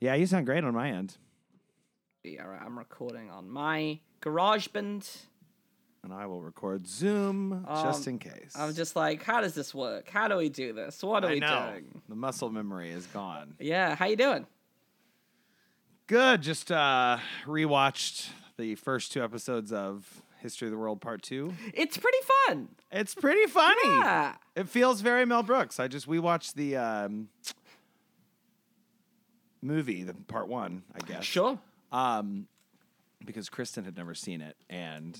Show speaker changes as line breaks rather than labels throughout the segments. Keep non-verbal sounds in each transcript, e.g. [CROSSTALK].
Yeah, you sound great on my end.
Yeah, all right, I'm recording on my GarageBand.
And I will record Zoom just in case.
Um, I'm just like, how does this work? How do we do this? What are
I
we
know.
doing?
The muscle memory is gone.
Yeah, how you doing?
Good. Just uh rewatched the first two episodes of History of the World Part 2.
It's pretty fun.
It's pretty funny.
Yeah.
It feels very Mel Brooks. I just we watched the um movie, the part 1, I guess.
Sure.
Because Kristen had never seen it and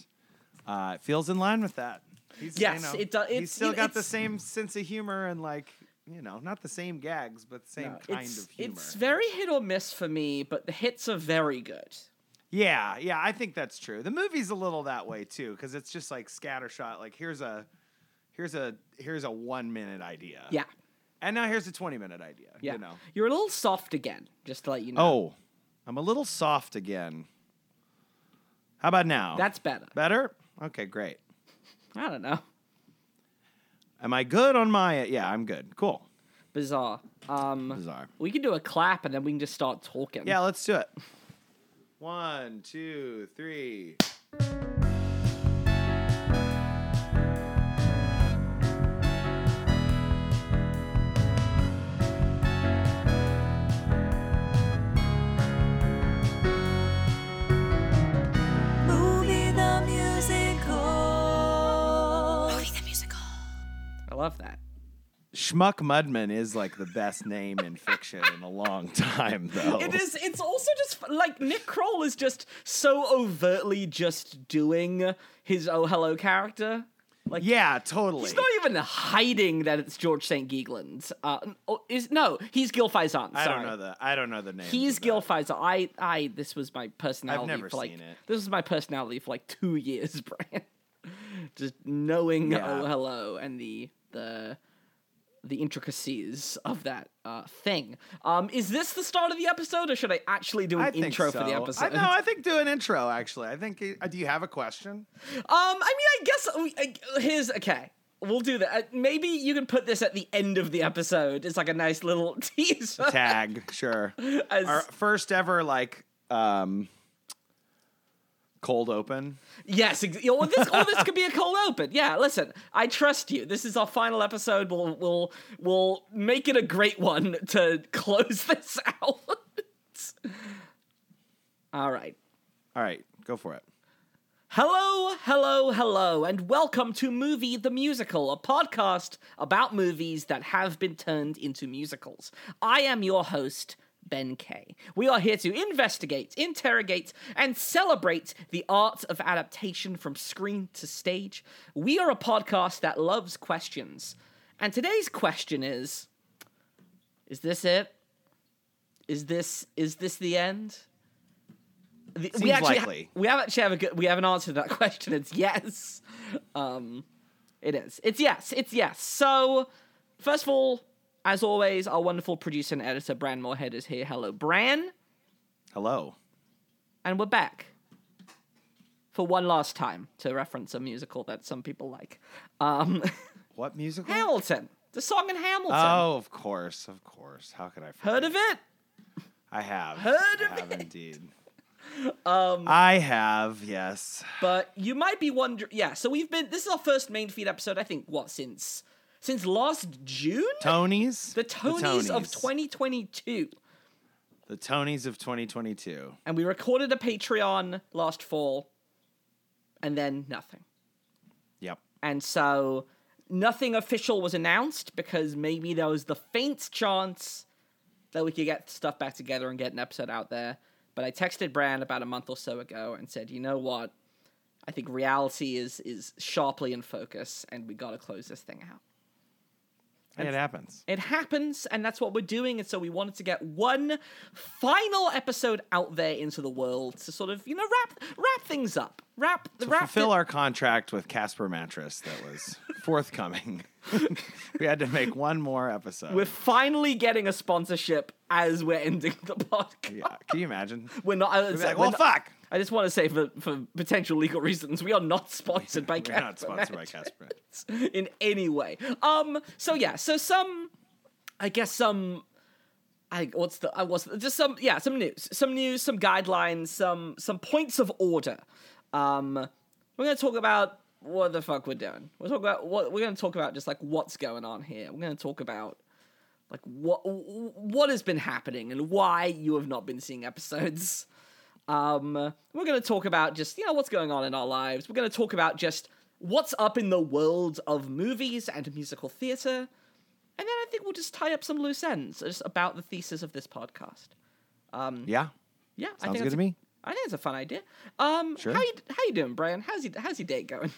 uh it feels in line with that. He's,
Yes, it do-
He's
it's-
still
you know,
got the
it's-
same sense of humor and like, you know, not the same gags, but the same kind
it's,
of humor.
it's very hit or miss for me, but the hits are very good.
Yeah, yeah, I think that's true. The movie's a little that way too, because it's just like scattershot. Like here's a, here's a, here's a one minute idea.
Yeah.
and now here's a twenty minute idea.
Yeah.
Uh, You know.
You're a little soft again, just to let you know.
Oh, I'm a little soft again. How about now?
That's better.
better. Okay, great.
I don't know.
Am I good on my? Yeah, I'm good. Cool.
Bizarre. Um
Bizarre.
we can do a clap and then we can just start talking.
Yeah, let's do it. One, two, three.
Movie the musical. Movie the musical.
I love that.
Schmuck Mudman is like the best name in fiction in a long time, [LAUGHS] though.
It is. It's also just f- like Nick Kroll is just so overtly just doing his oh hello character. Like
Yeah, totally.
he's not even hiding that it's George St. Geegland. Uh, n- oh, is no, he's Gil Faison. Sorry.
I don't know the I don't know the name.
He's Gil Faison. I, I. This was my personality.
never
for like,
seen it.
This was my personality for like two years, [LAUGHS] Brian. just knowing
Yeah.
oh hello and the the the intricacies of that uh, thing. Um, is this the start of the episode, or should I actually do an
I think
intro
so.
for the episode?
I, no, I think do an intro. Actually, I think. uh, do you have a question?
[LAUGHS] Um, I mean, I guess we, I, here's okay. We'll do that. Uh, maybe you can put this at the end of the episode. It's like a nice little [LAUGHS] teaser.
Tag,
[LAUGHS]
sure.
as-
Our first ever like um cold open.
yes, ex- you know, well, this all this could be a cold open. Yeah, listen, I trust you. This is our final episode. We'll we'll we'll make it a great one to [LAUGHS] close this out. all right.
All right, go for it.
Hello, hello, hello, and welcome to Movie the Musical, a podcast about movies that have been turned into musicals. I am your host, Ben Kay. We are here to investigate, interrogate, and celebrate the art of adaptation from screen to stage. We are a podcast that loves questions. And today's question is Is this it? Is this is this the end? The-
Seems
we actually ha-
likely.
we have actually have a good, we have an answer to that [LAUGHS] question. It's yes. Um, it is. It's yes. It's yes. So, first of all, as always, our wonderful producer and editor Bran Moorhead is here. Hello, Bran,
Hello.
and we're back for one last time to reference a musical that some people like, um, [LAUGHS]
What musical?
Hamilton. The song in Hamilton.
Oh, of course, of course. How could I? forget?
Heard of it?
I have
Heard
I
of
have indeed.
[LAUGHS]
Um, I have yes.
But you might be wondering. Yeah. So we've been. This is our first main feed episode. I think what since since last June.
Tonys.
The Tonys of
Tonys.
2022.
The Tonys of 2022.
And we recorded a Patreon last fall and then nothing.
Yep.
And so nothing official was announced because maybe there was the faint chance that we could get stuff back together and get an episode out there. But I texted Bran about a month or so ago and said, you know what? I think reality is is sharply in focus and we gotta close this thing out.
It happens.
It happens, and that's what we're doing. And so we wanted to get one final episode out there into the world to sort of, you know, wrap wrap things up, wrap the wrap
fulfill
thi-
our contract with Casper Mattress that
[LAUGHS]
was forthcoming. [LAUGHS] we had to make one more episode.
We're finally getting a sponsorship as we're ending the podcast.
yeah, can you imagine?
We're not. I,
We'd
was
be like,
we're
well,
not-
fuck.
I just want to say for, for potential legal reasons, we are not sponsored by
[LAUGHS] We're not
Casper
sponsored by
Mattress.
Casper.
[LAUGHS] in any way. Um. So yeah. So some, I guess some I what's the I what's the, just some yeah some news some news some guidelines some some points of order. Um, we're gonna talk about what the fuck we're doing. We're talking about what we're gonna talk about just like what's going on here. We're gonna talk about like what what has been happening and why you have not been seeing episodes. Um, we're going to talk about just, you know, what's going on in our lives. We're going to talk about just what's up in the world of movies and musical theatre. And then I think we'll just tie up some loose ends just about the thesis of this podcast.
Yeah.
Yeah, I
Sounds
think
good to
that's a-
me.
I think it's a fun idea. Um,
Sure.
how you how you doing, Brian? How's your how's your day going?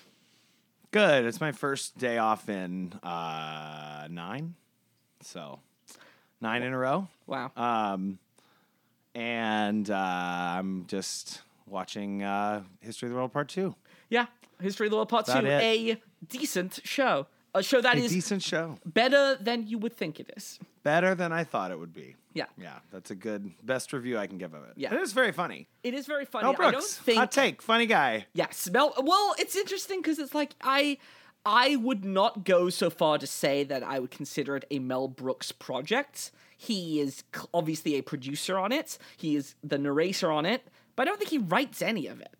[LAUGHS]
Good. It's my first day off in uh, nine. So nine in a row.
Wow.
Um, and uh, I'm just watching uh, History of the World Part Two.
yeah, History of the World Part Two,
that
a decent show, a show that
A
is
decent show.
better than you would think it is.
Better than I thought it would be.
Yeah,
Yeah, that's a good best review I can give of it.
Yeah.
And it is very funny.
it is very funny.
Mel
I don't
Oh, Brooks,
think
hot take, funny guy.
Yes, Mel. Well, it's interesting because it's like I, I would not go so far to say that I would consider it a Mel Brooks project. He is cl- obviously a producer on it. He is the narrator on it, but I don't think he writes any of it.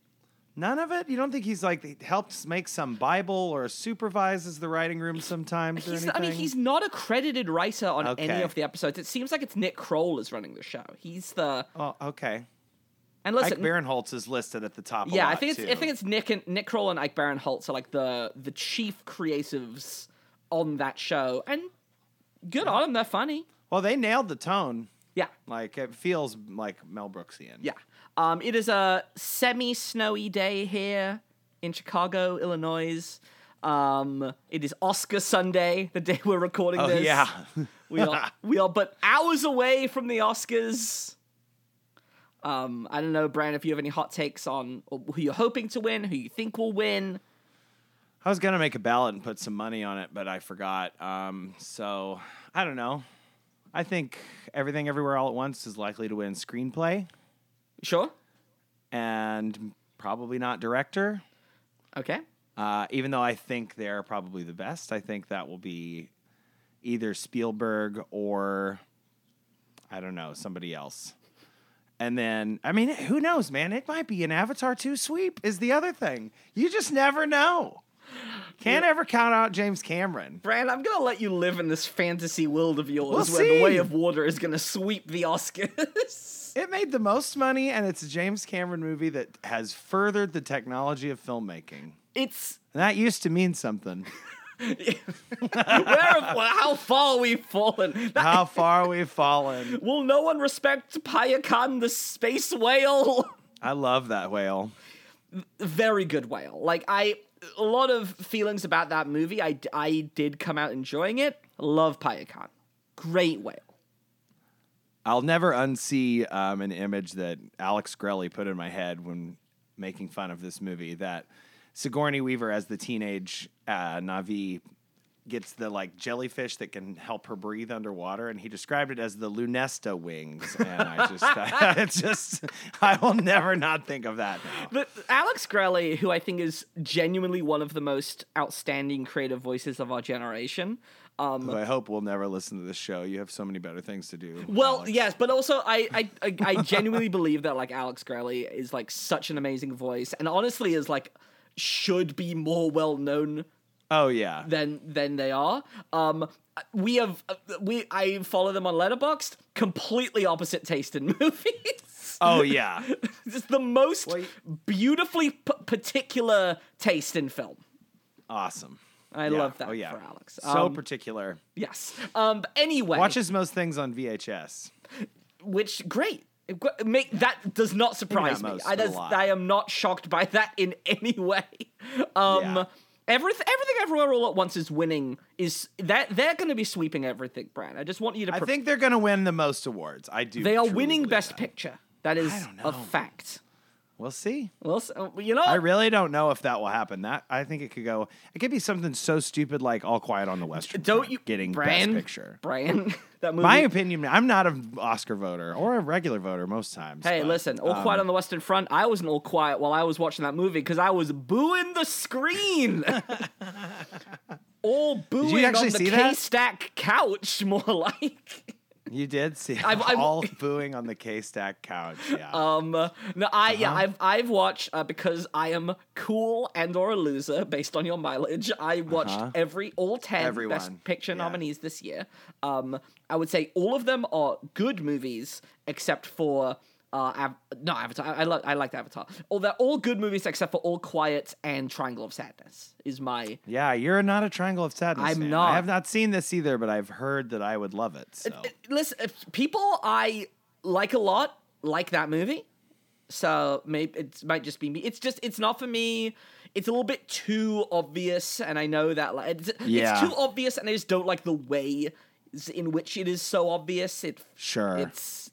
None of it. You don't think he's like he helped make some Bible or supervises the writing room sometimes or
He's,
anything?
I mean, he's not a credited writer on any
Okay.
of the episodes. It seems like it's Nick Kroll is running the show. He's the
Oh, okay.
and
Ike
listen,
Barinholtz is listed at the top. a
yeah, I
lot,
think it's I
too.
think it's Nick and Nick Kroll and Ike Barinholtz are like the the chief creatives on that show, and good on them. They're funny.
Well, they nailed the tone.
Yeah.
Like it feels like Mel Brooksian.
Yeah. Um, it is a semi snowy day here in Chicago, Illinois. Um, it is Oscar Sunday, the day we're recording
Oh
this.
yeah.
We [LAUGHS] are, we are but hours away from the Oscars. Um, I don't know, Brian, if you have any hot takes on who you're hoping to win, who you think will win.
[LAUGHS] I was gonna make a ballot and put some money on it, but I forgot. Um, so I don't know. I think Everything Everywhere All at Once is likely to win screenplay
Sure.
and probably not director.
Okay.
Uh, even though I think they're probably the best, I think that will be either Spielberg or I don't know somebody else. And then I mean, who knows, man? It might be an Avatar two sweep. Is the other thing you just never know. Can't ever count out James Cameron.
Brian, I'm gonna let you live in this fantasy world of yours
We'll
where the way
see.
of water is gonna sweep the Oscars.
It made the most money, and it's a James Cameron movie that has furthered the technology of filmmaking.
[LAUGHS] it's
And that used to mean something.
Where have, well, how far we've fallen. That-
How far we've fallen.
will no one respect Payakan the space whale? [LAUGHS]
I love that whale.
Very good whale. Like, I. A lot of feelings about that movie. I, I did come out enjoying it. Love Payakan. Great whale.
I'll never unsee um, an image that Alex Grelly put in my head when making fun of this movie that Sigourney Weaver as the teenage uh, Navi gets the like jellyfish that can help her breathe underwater and he described it as the Lunesta wings and I
[LAUGHS]
just I, [LAUGHS] it's just I will never not think of that now.
But Alex Grelly, who I think is genuinely one of the most outstanding creative voices of our generation. Um,
Who I hope will never listen to this show. You have so many better things to do.
Well,
Alex.
yes, but also I I, I, I genuinely believe that like Alex Grelly is like such an amazing voice, and honestly is like should be more well known
Oh yeah.
than than they are. Um, we have we I follow them on Letterboxd. Completely opposite taste in [LAUGHS] movies.
Oh yeah.
Just the most
Wait.
beautifully p- particular taste in film.
Awesome.
[LAUGHS] I
Yeah.
love that
Oh, yeah.
for Alex.
So
Um,
particular.
yes. Um, but anyway,
Watches most things on VHS.
which great Gr- make that does not surprise me
most,
I,
but a
does-
lot.
I am not shocked by [LAUGHS] that in any way um
Yeah.
everything everything everywhere all at once is winning is that they're going to be sweeping everything Brian I just want you to
I
pre-
think they're going to win the most awards. I do.
they are
truly
winning
believe
best
that.
picture that is
don't
a
know.
fact
We'll see.
well s- uh, you know
I really don't know if that will happen. That I think it could go. It could be something so stupid like All Quiet on the Western.
don't
Front
you
getting
Brian,
best picture?
Brian [LAUGHS] that movie
My opinion. I'm not an Oscar voter or a regular voter most times.
Hey,
but,
listen, All
um,
Quiet on the Western Front. I wasn't all quiet while I was watching that movie because I was booing the
[LAUGHS]
screen. all booing
actually
on the
see that?
[LAUGHS] K-Stack couch, more like.
You did
[LAUGHS]
see
I've-
[LAUGHS]
I've-
all booing on the K Stack
[LAUGHS]
couch. Yeah.
Um, no, I yeah,
Uh-huh.
I've I've watched uh, because I am cool and or a loser based on your mileage. I watched
Uh-huh.
every all ten
Everyone,
best picture
yeah.
nominees this year. Um, I would say all of them are good movies except for. Uh, Av- no, Avatar. I, I, lo- I liked Avatar. Oh, they're all good movies except for All Quiet and Triangle of Sadness. Is my
yeah, you're not a Triangle of Sadness.
I'm
fan.
not.
I have not seen this either, but I've heard that I would love it. So
listen? If people I like a lot like that movie, so maybe it might just be me. It's just it's not for me. It's a little bit too obvious, and I know that like it's,
Yeah.
it's too obvious, and I just don't like the way s- in which it is so obvious. It
sure.
it's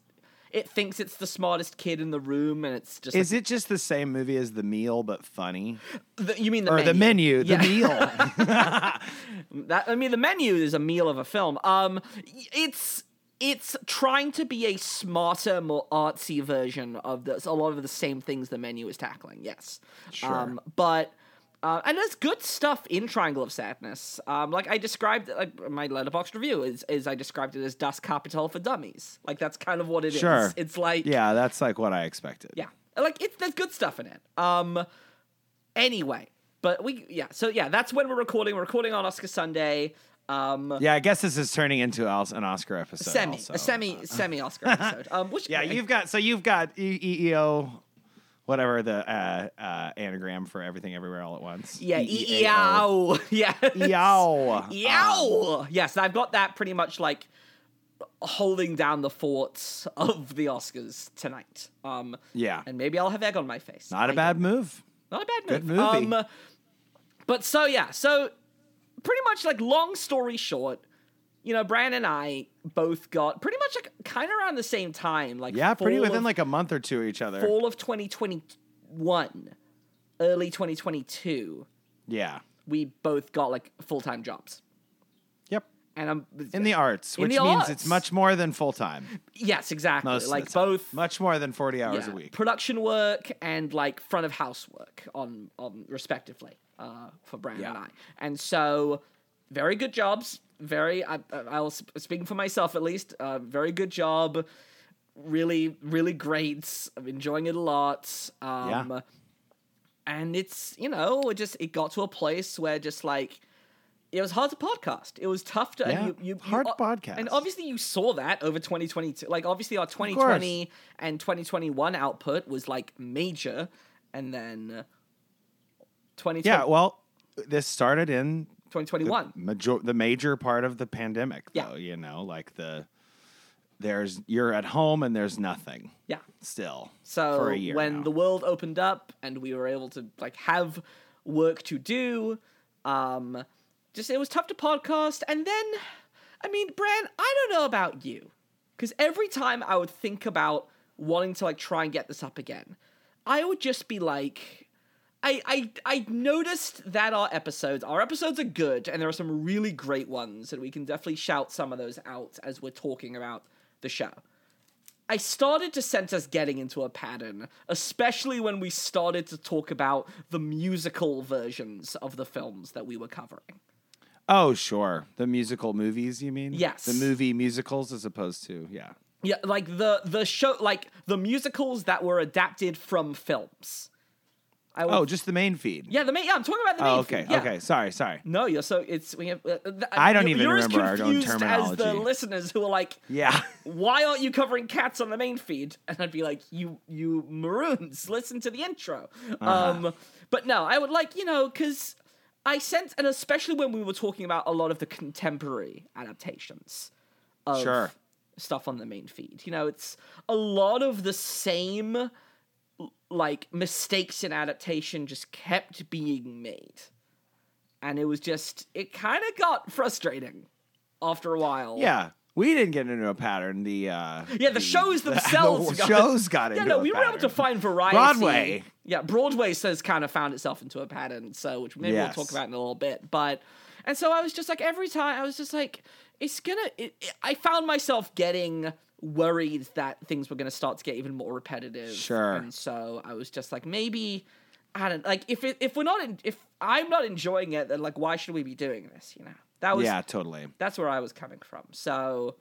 it thinks it's the smartest kid in the room, and it's just
Is it just the same movie as The Meal but funny?
like, the- you mean the
Or
menu.
the menu, the
Yeah.
meal.
[LAUGHS] That I mean, the menu is a meal of a film. Um, y- it's it's trying to be a smarter, more artsy version of this. A lot of the same things the menu is tackling. Yes, Um,
Sure.
but. Uh, and there's good stuff in Triangle of Sadness. Um, like I described, like my letterbox review is, is I described it as Das Kapital for dummies. Like that's kind of what it is.
Sure.
It's like
yeah, that's like what I expected.
yeah, like it's there's good stuff in it. Um, anyway, but we yeah, so yeah, that's when we're recording. We're recording on Oscar Sunday. Um,
Yeah, I guess this is turning into als- an Oscar episode.
semi,
also.
a semi,
[LAUGHS]
semi Oscar episode. Um, which
Yeah, you've got so you've got E E O, whatever the uh, uh, anagram for everything everywhere all at once.
yeah,
E E O. E
yow, yeah, [LAUGHS]
Yow.
E yow.
Um,
yes, I've got that pretty much like holding down the forts of the Oscars tonight. Um,
Yeah.
and maybe I'll have egg on my face.
Not a
I
bad move.
Not a bad
Good
move.
movie.
Um, but so yeah, so pretty much like long story short, you know, Brian and I both got pretty much like kind of around the same time, like
Yeah, pretty
fall
within
of,
like a month or two of each other.
fall of 2021, early 2022.
yeah.
We both got like full time jobs,
Yep.
and I'm
In the arts,
In
which
the
means
arts.
it's much more than full time.
yes, exactly,
Most of
like
the time.
both
much more than forty hours
yeah,
a week.
Production work and like front of house work on on respectively uh, for Brian and I. And so, very good jobs. Very, I, I- I'll s- speaking for myself at least. Uh, very good job. Really, really great. I'm enjoying it a lot. Um,
Yeah.
And it's you know it just it got to a place where just like. It was hard to podcast. It was tough to and
Yeah,
you, you,
hard
you,
to podcast.
And obviously, you saw that over 2022. Like, obviously, our 2020 and 2021 output was like major, and then uh, 2020,
Yeah. Well, this started in
2021.
major the major part of the pandemic
Yeah.
though you know like the there's you're at home and there's nothing
yeah.
still
So
for a year
when
now.
the world opened up and we were able to like have work to do, um, just it was tough to podcast. And then, I mean, Bran, I don't know about you, because every time I would think about wanting to like try and get this up again, I would just be like. I, I I noticed that our episodes our episodes are good and there are some really great ones and we can definitely shout some of those out as we're talking about the show. I started to sense us getting into a pattern, especially when we started to talk about the musical versions of the films that we were covering.
oh sure the musical movies you mean
Yes.
the movie musicals as opposed to yeah
Yeah, like the the show, like the musicals that were adapted from films. I would,
oh just the main feed
yeah, the main. Yeah, I'm talking about the main.
oh okay
thing, yeah.
okay sorry sorry
No, you're so it's we have. Uh, th-
I don't
you-
even
you're
remember
as
our own
confused As the
terminology.
listeners who are like,
yeah [LAUGHS]
why aren't you covering cats on the main feed? And I'd be like, you, you maroons, listen to the intro. Um, but no, I would like, you know, because I sense, and especially when we were talking about a lot of the contemporary adaptations of
Sure.
stuff on the main feed, you know, it's a lot of the same, like, mistakes in adaptation just kept being made. And it was just, it kind of got frustrating after a while.
yeah we didn't get into a pattern the uh
Yeah, the shows themselves
the [LAUGHS]
got-
shows got
Yeah,
into
no,
a
we were able
pattern.
to find variety.
Broadway.
Yeah, Broadway says kind of found itself into a pattern, so which maybe
Yes.
we'll talk about in a little bit. But and so I was just like every time I was just like it's gonna. It, it- I found myself getting worried that things were gonna start to get even more repetitive.
Sure.
And so I was just like maybe. I don't like if it, if we're not in, if I'm not enjoying it then like why should we be doing this you know that was
yeah totally
that's where I was coming from so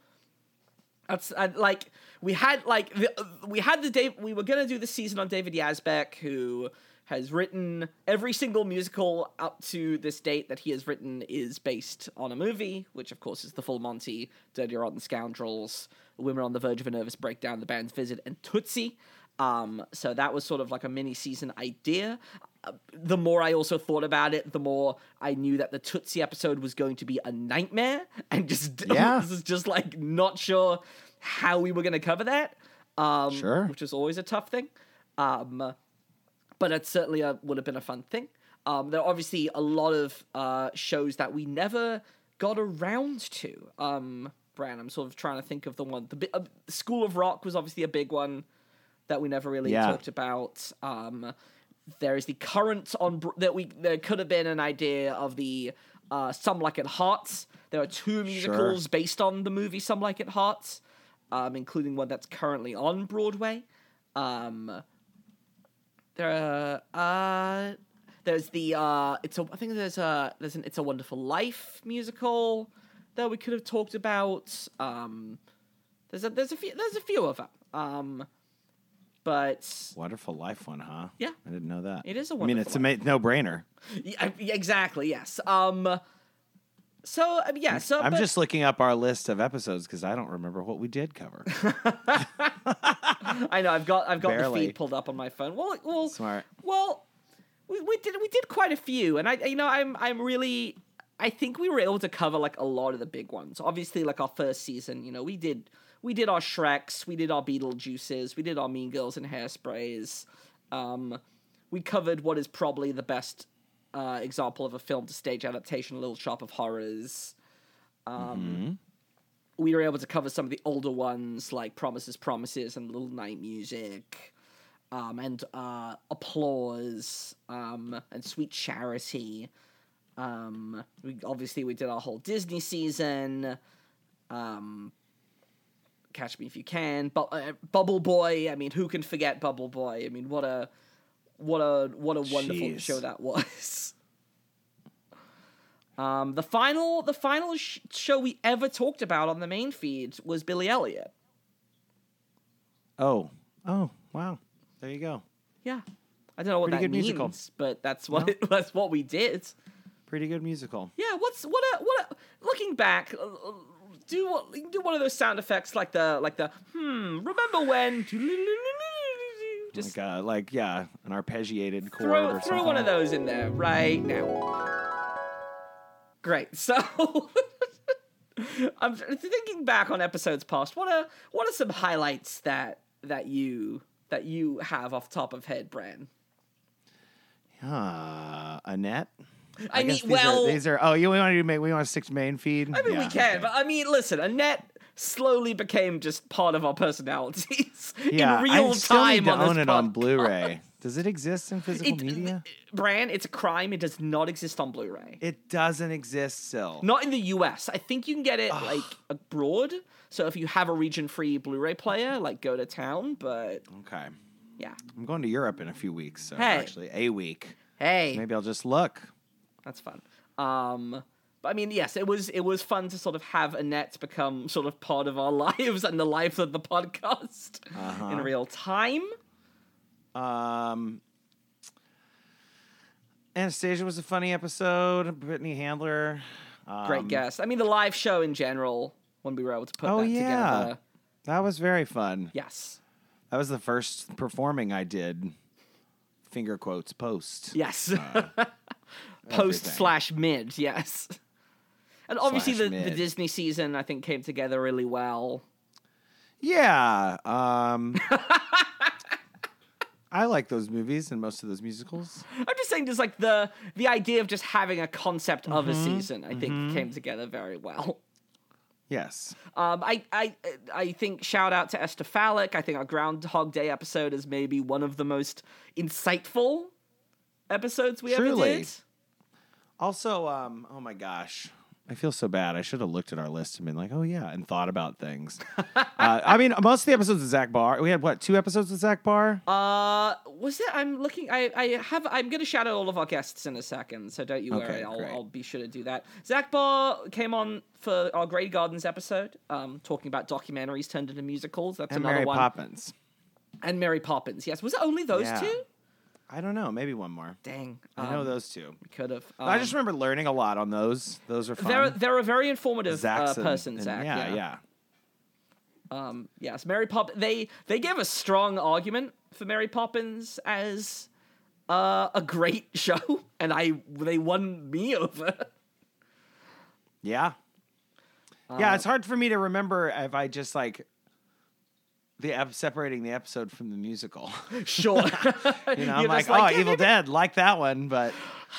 That's and like we had like the, we had the day we were gonna do the season on David Yazbek, who has written every single musical up to this date that he has written is based on a movie, which of course is The Full Monty, Dirty Rotten Scoundrels, Women on the Verge of a Nervous Breakdown, The Band's Visit, and Tootsie. Um, so that was sort of like a mini season idea. Uh, The more I also thought about it, the more I knew that the Tootsie episode was going to be a nightmare, and just [LAUGHS]
Yeah.
was just like not sure how we were going to cover that. Um,
Sure.
which is always a tough thing. Um, but it certainly uh would have been a fun thing. Um, there are obviously a lot of uh, shows that we never got around to. Um, Bran, I'm sort of trying to think of the one. The bi- uh, School of Rock was obviously a big one that we never really
Yeah.
talked about. Um, there is the current on Br- that we there could have been an idea of the uh, Some Like It Hot. There are two musicals based on the movie Some Like It Hot, um, including one that's currently on Broadway. Um, there are, uh, there's the uh, it's a I think there's a there's an It's a Wonderful Life musical that we could have talked about. Um, there's a there's a few there's a few of them. Um, but
Wonderful life one, huh?
Yeah.
I didn't know that.
It is a
I mean,
wonderful
it's a ma- no-brainer.
Yeah, exactly. Yes. Um. So um, yeah. So
I'm
but-
just looking up our list of episodes because I don't remember what we did
[LAUGHS]
cover.
I know. I've got. I've got the
Barely.
feed pulled up on my phone. Well. Well.
Smart.
Well, we, we did. We did quite a few, and I. You know. I'm. I'm really. I think we were able to cover like a lot of the big ones. Obviously, like our first season. You know, we did. We did our Shreks. We did our Beetlejuices. We did our Mean Girls and Hairsprays. Um, we covered what is probably the best uh, example of a film to stage adaptation, Little Shop of Horrors. Um, we were able to cover some of the older ones like Promises, Promises, and Little Night Music, um, and uh, Applause, um, and Sweet Charity. Um, we obviously we did our whole Disney season. Um, Catch Me If You Can, Bu- uh, Bubble Boy. I mean, who can forget Bubble Boy? I mean, what a what a what a wonderful
Jeez.
show that was. [LAUGHS] Um, the final, the final sh- show we ever talked about on the main feed was Billy Elliot.
oh, oh, wow. There you go.
Yeah, I don't know what
Pretty
that
good
means,
musical.
but that's what [LAUGHS] that's what we did.
Pretty good musical.
Yeah, what's what a what a looking back. uh, uh, Do what do one of those sound effects like the like the hmm. Remember when? Just
like, uh, like yeah, an arpeggiated chord or
throw
something.
throw one of those in there right now. Great. [LAUGHS] So I'm thinking back on episodes past. What are what are some highlights that that you that you have off the top of head, Bran?
Uh, Annette.
I, mean,
guess these
well,
are, these are. Oh, you want to do? ma- We want to stick to main feed.
I mean, we can, but I mean, listen, Annette slowly became just part of our personalities [LAUGHS]
yeah,
in real
I still need
time
to
on
own
this
it on
pod-
Blu-ray. Does it exist in physical
It-
media?
Bran, it's a crime. It does not exist on Blu-ray.
It doesn't exist still.
Not in the US. I think you can get it like abroad. So if you have a region-free Blu-ray player, like go to town. But
Okay.
yeah,
I'm going to Europe in a few weeks. So
Hey.
actually, a week.
hey,
Maybe I'll just look.
that's fun. Um, but I mean, yes, it was it was fun to sort of have Annette become sort of part of our [LAUGHS] lives and the lives of the podcast
Uh-huh.
in real time.
Um, Anastasia was a funny episode. Brittany Handler. Um,
Great guest. I mean, the live show in general when we were able to put
Oh,
that
yeah.
together.
That was very fun.
Yes,
That was the first performing I did. Finger quotes post.
yes. [LAUGHS] Post
Uh, everything.
slash mid, yes. And obviously,
Slash
the, the
mid.
Disney season I think came together really well.
Yeah. Um, [LAUGHS] I like those movies and most of those musicals.
I'm just saying, just like the the idea of just having a concept of
Mm-hmm.
a season, I think came together very well.
Yes.
Um, I, I I think shout out to Esther Fallick. I think our Groundhog Day episode is maybe one of the most insightful episodes we
Truly.
ever did.
Also, um, oh my gosh, I feel so bad. I should have looked at our list and been like, oh yeah, and thought about
[LAUGHS]
things. uh, I mean, most of the episodes with Zach Barr, we had what two episodes with Zach Barr?
Uh, was it? I'm looking. I I have. I'm gonna shadow all of our guests in a second, so don't you worry.
Okay,
I'll
great.
I'll be sure to do that. Zach Barr came on for our Grey Gardens episode, um, talking about documentaries turned into musicals. That's
and
another
Mary
one.
Poppins.
And Mary Poppins. Yes, was it only those
Yeah.
two?
I don't know, maybe one more.
Dang,
I know
um,
those two.
could have.
I
um,
just remember learning a lot on those. Those are fun.
They're they're a very informative uh,
Zach's and-
person,
and-
Zach.
Yeah, yeah.
Um, yes, Mary Pop. They they gave a strong argument for Mary Poppins as uh, a great [LAUGHS] show, and I they won me over.
Yeah.
Uh,
yeah, it's hard for me to remember if I just like the ep- separating the episode from the musical. [LAUGHS] You
Sure,
know, I'm
[LAUGHS] You're
like,
just
oh,
yeah,
Evil
maybe-
Dead, like that one, but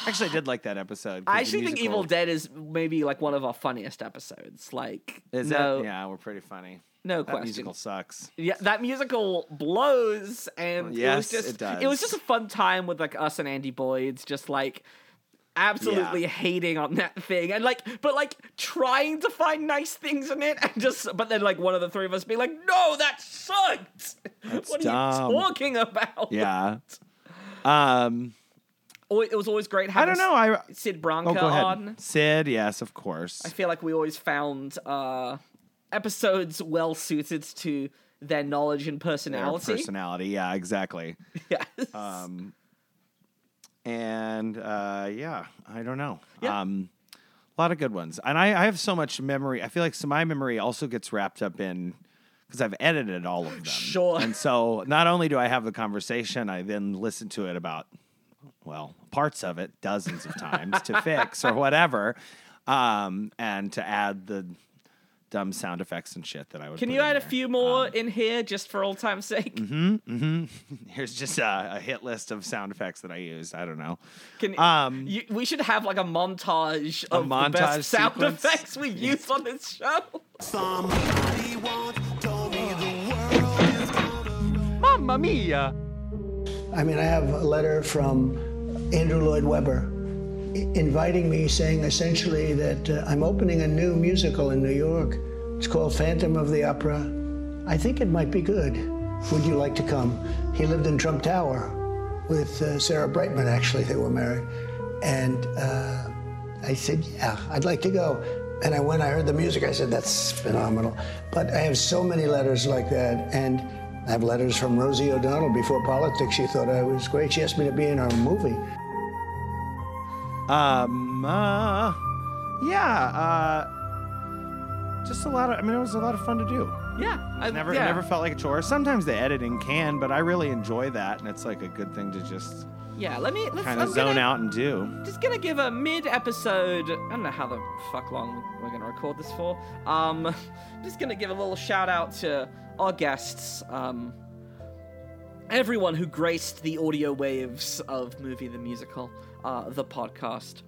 actually, I did like that episode. 'cause
I
the
actually think
musical-
Evil Dead is maybe like one of our funniest episodes. Like,
is
no,
it? Yeah, we're pretty funny.
no
That
question.
musical
[LAUGHS]
sucks.
Yeah, that musical blows, and
Yes,
it was just
it does.
was just a fun time with like us and Andy Boyd's just like absolutely
Yeah.
hating on that thing, and like but like trying to find nice things in it, and just but then like one of the three of us being like, "No, that sucked." [LAUGHS] what are
dumb."
you talking about?
Yeah. Um,
Al- it was always great.
I
Having
don't know. I
S- Sid Branca
oh, go ahead.
on.
Sid, yes, of course.
I feel like we always found uh episodes well suited to their knowledge and
Their
personality.
personality, yeah, exactly.
[LAUGHS] yes.
Um, and uh, yeah, I don't know.
Yeah.
Um, a lot of good ones. And I, I have so much memory. I feel like so my memory also gets wrapped up in because I've edited all of them.
Sure.
And so not only do I have the conversation, I then listen to it about, well, parts of it dozens of times
[LAUGHS]
to fix or whatever, um, and to add the dumb sound effects and shit that I would
Can
put
you
in
add a
there.
few more
um,
in here just for old time's sake?
Mm-hmm. Here's just a, a hit list of sound effects that I used. I don't know.
Can,
um,
you, we should have like a montage of the
montage
best sound
sequence? [LAUGHS]
effects we've used on this show.
Somebody once told me the world is gonna
Mamma mia.
I mean, I have a letter from Andrew Lloyd Webber i- inviting me, saying essentially that uh, I'm opening a new musical in New York. It's called Phantom of the Opera. I think it might be good. Would you like to come? He lived in Trump Tower with uh, Sarah Brightman, actually, they were married. And uh, I said, Yeah, I'd like to go. And I went, I heard the music, I said, That's phenomenal. But I have so many letters like that. And I have letters from Rosie O'Donnell before politics. She thought I was great. She asked me to be in her movie.
Um, uh, yeah, uh, just a lot of, I mean, it was a lot of fun to do.
Yeah, I
Never,
yeah.
never felt like a chore. Sometimes the editing can, but I really enjoy that. And it's like a good thing to just
Yeah, let me. Let's
kind
I'm
of zone
gonna,
out and do.
Just gonna give a mid-episode. I don't know how the fuck long we're gonna record this for. Um, [LAUGHS] just gonna give a little shout out to our guests. Um, everyone who graced the audio waves of Movie the Musical, uh, the podcast.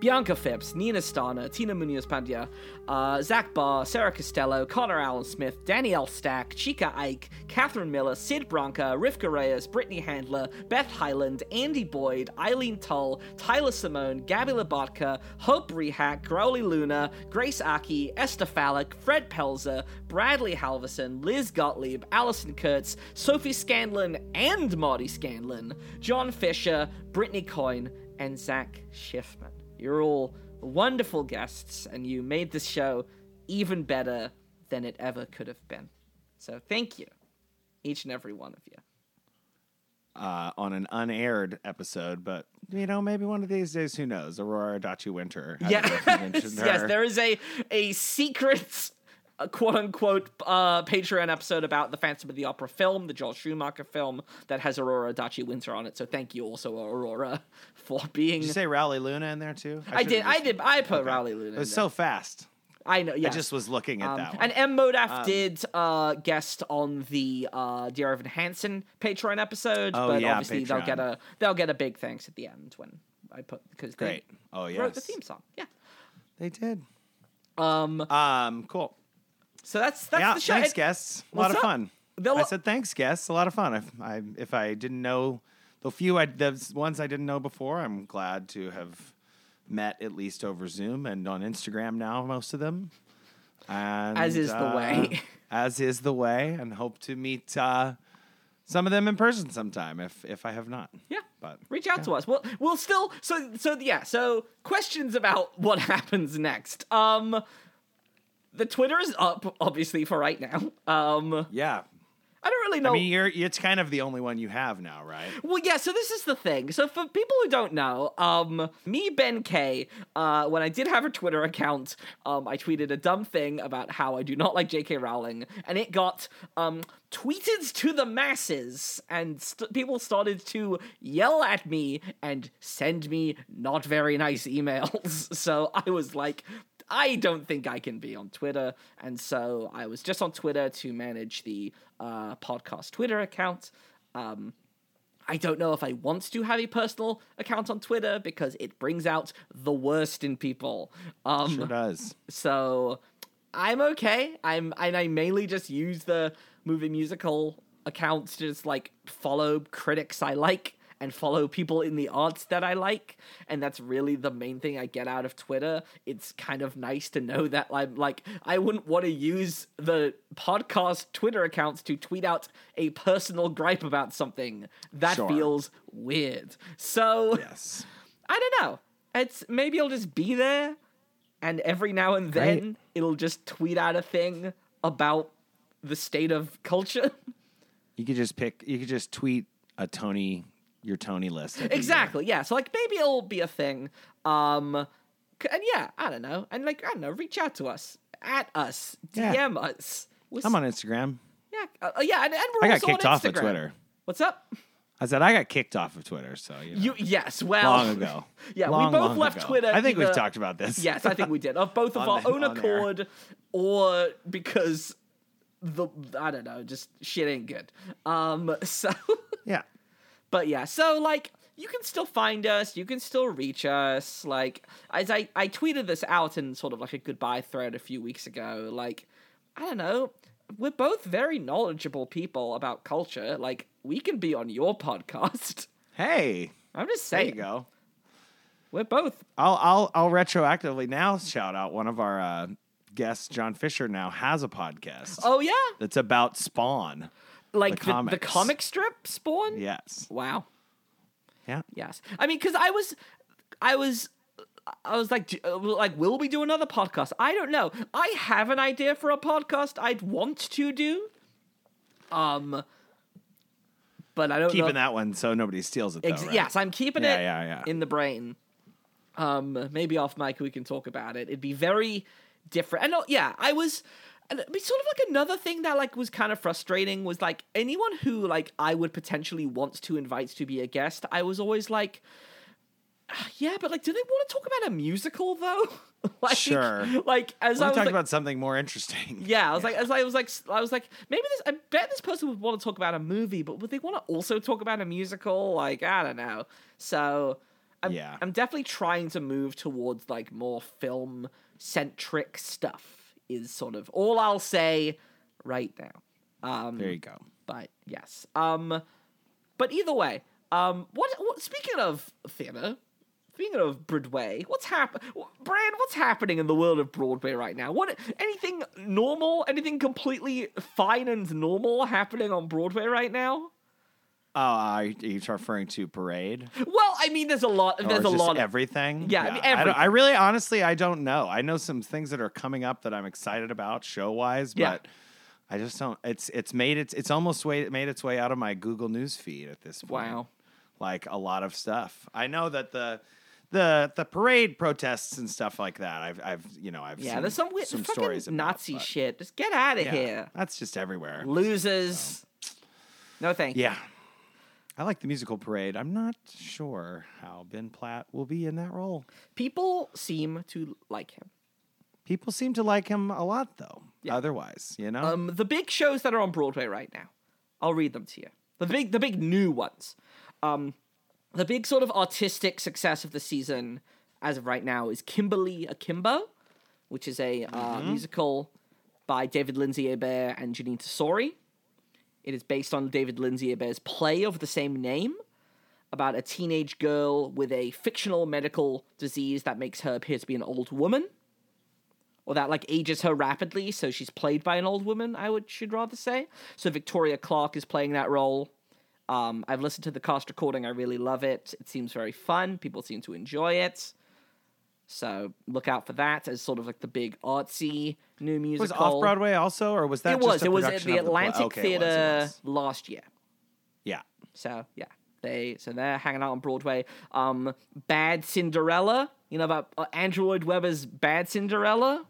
Bianca Phipps, Nina Stana, Tina Munoz Pandya, uh, Zach Barr, Sarah Costello, Connor Allen Smith, Danielle Stack, Chica Ike, Catherine Miller, Sid Branca, Rivka Reyes, Brittany Handler, Beth Highland, Andy Boyd, Eileen Tull, Tyler Simone, Gabby Labotka, Hope Rehack, Growly Luna, Grace Aki, Esther Fallick, Fred Pelzer, Bradley Halverson, Liz Gottlieb, Allison Kurtz, Sophie Scanlon, and Marty Scanlon, John Fisher, Brittany Coyne, and Zach Schiffman. You're all wonderful guests, and you made this show even better than it ever could have been. So thank you, each and every one of you.
Uh, on an unaired episode, but you know, maybe one of these days, who knows? Aurora Adachi Winter. I don't know if
[LAUGHS]
you
Yes,
mentioned
yes,
her.
there is a a secret. uh quote unquote uh, Patreon episode about the Phantom of the Opera film, the Joel Schumacher film that has Aurora Dachi Winter on it. So thank you also, Aurora, for being.
Did you say Rowley Luna in there too?
I
should've
did, I
just-
did, I put Rowley Luna.
It was so fast.
I know, yeah.
I just was looking at
Um,
that one.
and M Modaf did uh, guest on the uh, Dear Evan Hansen Patreon episode,
Oh,
but
yeah,
obviously they'll
Patreon.
get a they'll get a big thanks at the end when I put because they
Great. Oh,
wrote the
yes.
theme song. Yeah.
They did.
Um.
Um, cool.
So that's that's
yeah,
the show.
thanks,
It-
guests. A
What's
lot of
up?
fun.
They'll-
I said thanks, guests. A lot of fun. If I, if I didn't know the few, I, the ones I didn't know before, I'm glad to have met at least over Zoom and on Instagram now, most of them. And,
As is the
uh,
way. [LAUGHS]
as is the way, and hope to meet uh, some of them in person sometime if if I have not.
Yeah.
But
Reach out to us. We'll we'll still so so yeah, so questions about [LAUGHS] what happens next. Um the Twitter is up, obviously, for right now. Um
yeah.
I don't really know.
I mean, you're it's kind of the only one you have now, right?
Well, yeah, so this is the thing. So for people who don't know, um, me, Ben K, uh, when I did have a Twitter account, um, I tweeted a dumb thing about how I do not like J.K. Rowling, and it got um, tweeted to the masses, and st- people started to yell at me and send me not very nice emails. [LAUGHS] so I was like, I don't think I can be on Twitter, and so I was just on Twitter to manage the uh, podcast Twitter account. Um, I don't know if I want to have a personal account on Twitter because it brings out the worst in people. Um,
Sure does.
So I'm okay. I'm and I mainly just use the movie musical accounts to just like follow critics I like and follow people in the arts that I like. And that's really the main thing I get out of Twitter. It's kind of nice to know that I'm like I wouldn't want to use the podcast Twitter accounts to tweet out a personal gripe about something. That
Sure.
feels weird. So
Yes.
I don't know. It's maybe it'll just be there, and every now and then it'll just tweet out a thing about the state of culture. [LAUGHS]
You could just pick. You could just tweet a Tony your Tony list. every year.
exactly. Yeah. So like maybe it'll be a thing. Um, c- and yeah, I don't know. And like I don't know. Reach out to us at us.
Yeah.
DM us. We're s-
I'm on Instagram.
Yeah. Uh, yeah. And, and we're
I got
also
kicked
on
off of
Instagram.
Twitter.
What's up?
I said I got kicked off of Twitter. So you know,
You yes. Well, [LAUGHS]
long ago.
Yeah, we
Long,
both
long
left
ago.
Twitter
I think we've
either-
talked about this.
Yes, I think we did. Of both of
On
our
the-
own
on air.
accord, or because the I don't know, just shit ain't good. Um, [LAUGHS] so
Yeah.
but yeah, so like you can still find us, you can still reach us. Like as I I tweeted this out in sort of like a goodbye thread a few weeks ago. Like I don't know, we're both very knowledgeable people about culture. Like we can be on your [LAUGHS] podcast.
Hey,
I'm just
there you
saying,
go.
we're both
I'll I'll I'll retroactively now shout out one of our uh, guests, John Fisher. Now has a podcast
Oh yeah,
that's about Spawn.
like the, the,
comics.
comic strip Spawn.
Yes.
Wow.
Yeah.
Yes. I mean, because I was, I was, I was like, "Do- uh, like, will we do another podcast? I don't know. I have an idea for a podcast I'd want to do. Um, but I don't know.
Keeping that one so nobody steals it. Though,
Ex-
right?
Yes, I'm keeping
Yeah,
it
yeah, yeah.
in the brain. Um, maybe off mic we can talk about it. It'd be very different. And uh, yeah, I was. and It'd be sort of like another thing that like was kind of frustrating was like anyone who like I would potentially want to invite to be a guest. I was always like, "Ah, yeah, but like, do they want to talk about a musical though? [LAUGHS] like,
Sure.
Like as
We're
I was
talking
like,
about something more interesting.
yeah, I was like, as I was like, I was like, maybe this. I bet this person would want to talk about a movie, but would they want to also talk about a musical? Like, I don't know. So, I'm,
Yeah.
I'm definitely trying to move towards like more film centric stuff. Is sort of all I'll say right now.
There you go.
But yes, um, but either way, um, what? what speaking of theater. Speaking of Broadway, what's happen? Brand, what's happening in the world of Broadway right now? What? Anything normal? Anything completely fine and normal happening on Broadway right now?
Oh, are you, are you referring to Parade?
Well, I mean, there's a lot.
Or
There's a
Oh, just
lot. Of,
everything.
Yeah, I
I,
mean,
don't-
everything.
I really, honestly, I don't know. I know some things that are coming up that I'm excited about show wise,
Yeah.
but I just don't. It's it's made its it's almost way, made its way out of my Google News feed at this point.
Wow.
like a lot of stuff. I know that the the the parade protests and stuff like that. I've I've you know I've
yeah,
seen
there's some weird
some
fucking
stories about,
Nazi
but
shit. Just get out of
yeah,
here,
That's just everywhere.
losers. No thank you.
Yeah. I like the musical parade. I'm not sure how Ben Platt will be in that role.
People seem to like him.
People seem to like him a lot, though. Otherwise, you know,
Um, the big shows that are on Broadway right now. I'll read them to you. The big, the big new ones. Um, the big sort of artistic success of the season, as of right now, is Kimberly Akimbo, which is a uh, musical by David Lindsay Hebert and Janine Tesori. It is based on David Lindsay Hebert's play of the same name. about a teenage girl with a fictional medical disease that makes her appear to be an old woman or that like ages her rapidly, so she's played by an old woman. I would should rather say. So Victoria Clark is playing that role. Um, I've listened to the cast recording. I really love it. It seems very fun. People seem to enjoy it. So look out for that as sort of like the big artsy new
was
musical.
off Broadway also, or was that
It
just
was.
a
It was at
production
the
of play?
Atlantic
Okay, it
Theater
was, it was.
last year.
Yeah,
So yeah, they so they're hanging out on Broadway. Um, Bad Cinderella. You know about uh, Andrew Lloyd Webber's Bad Cinderella.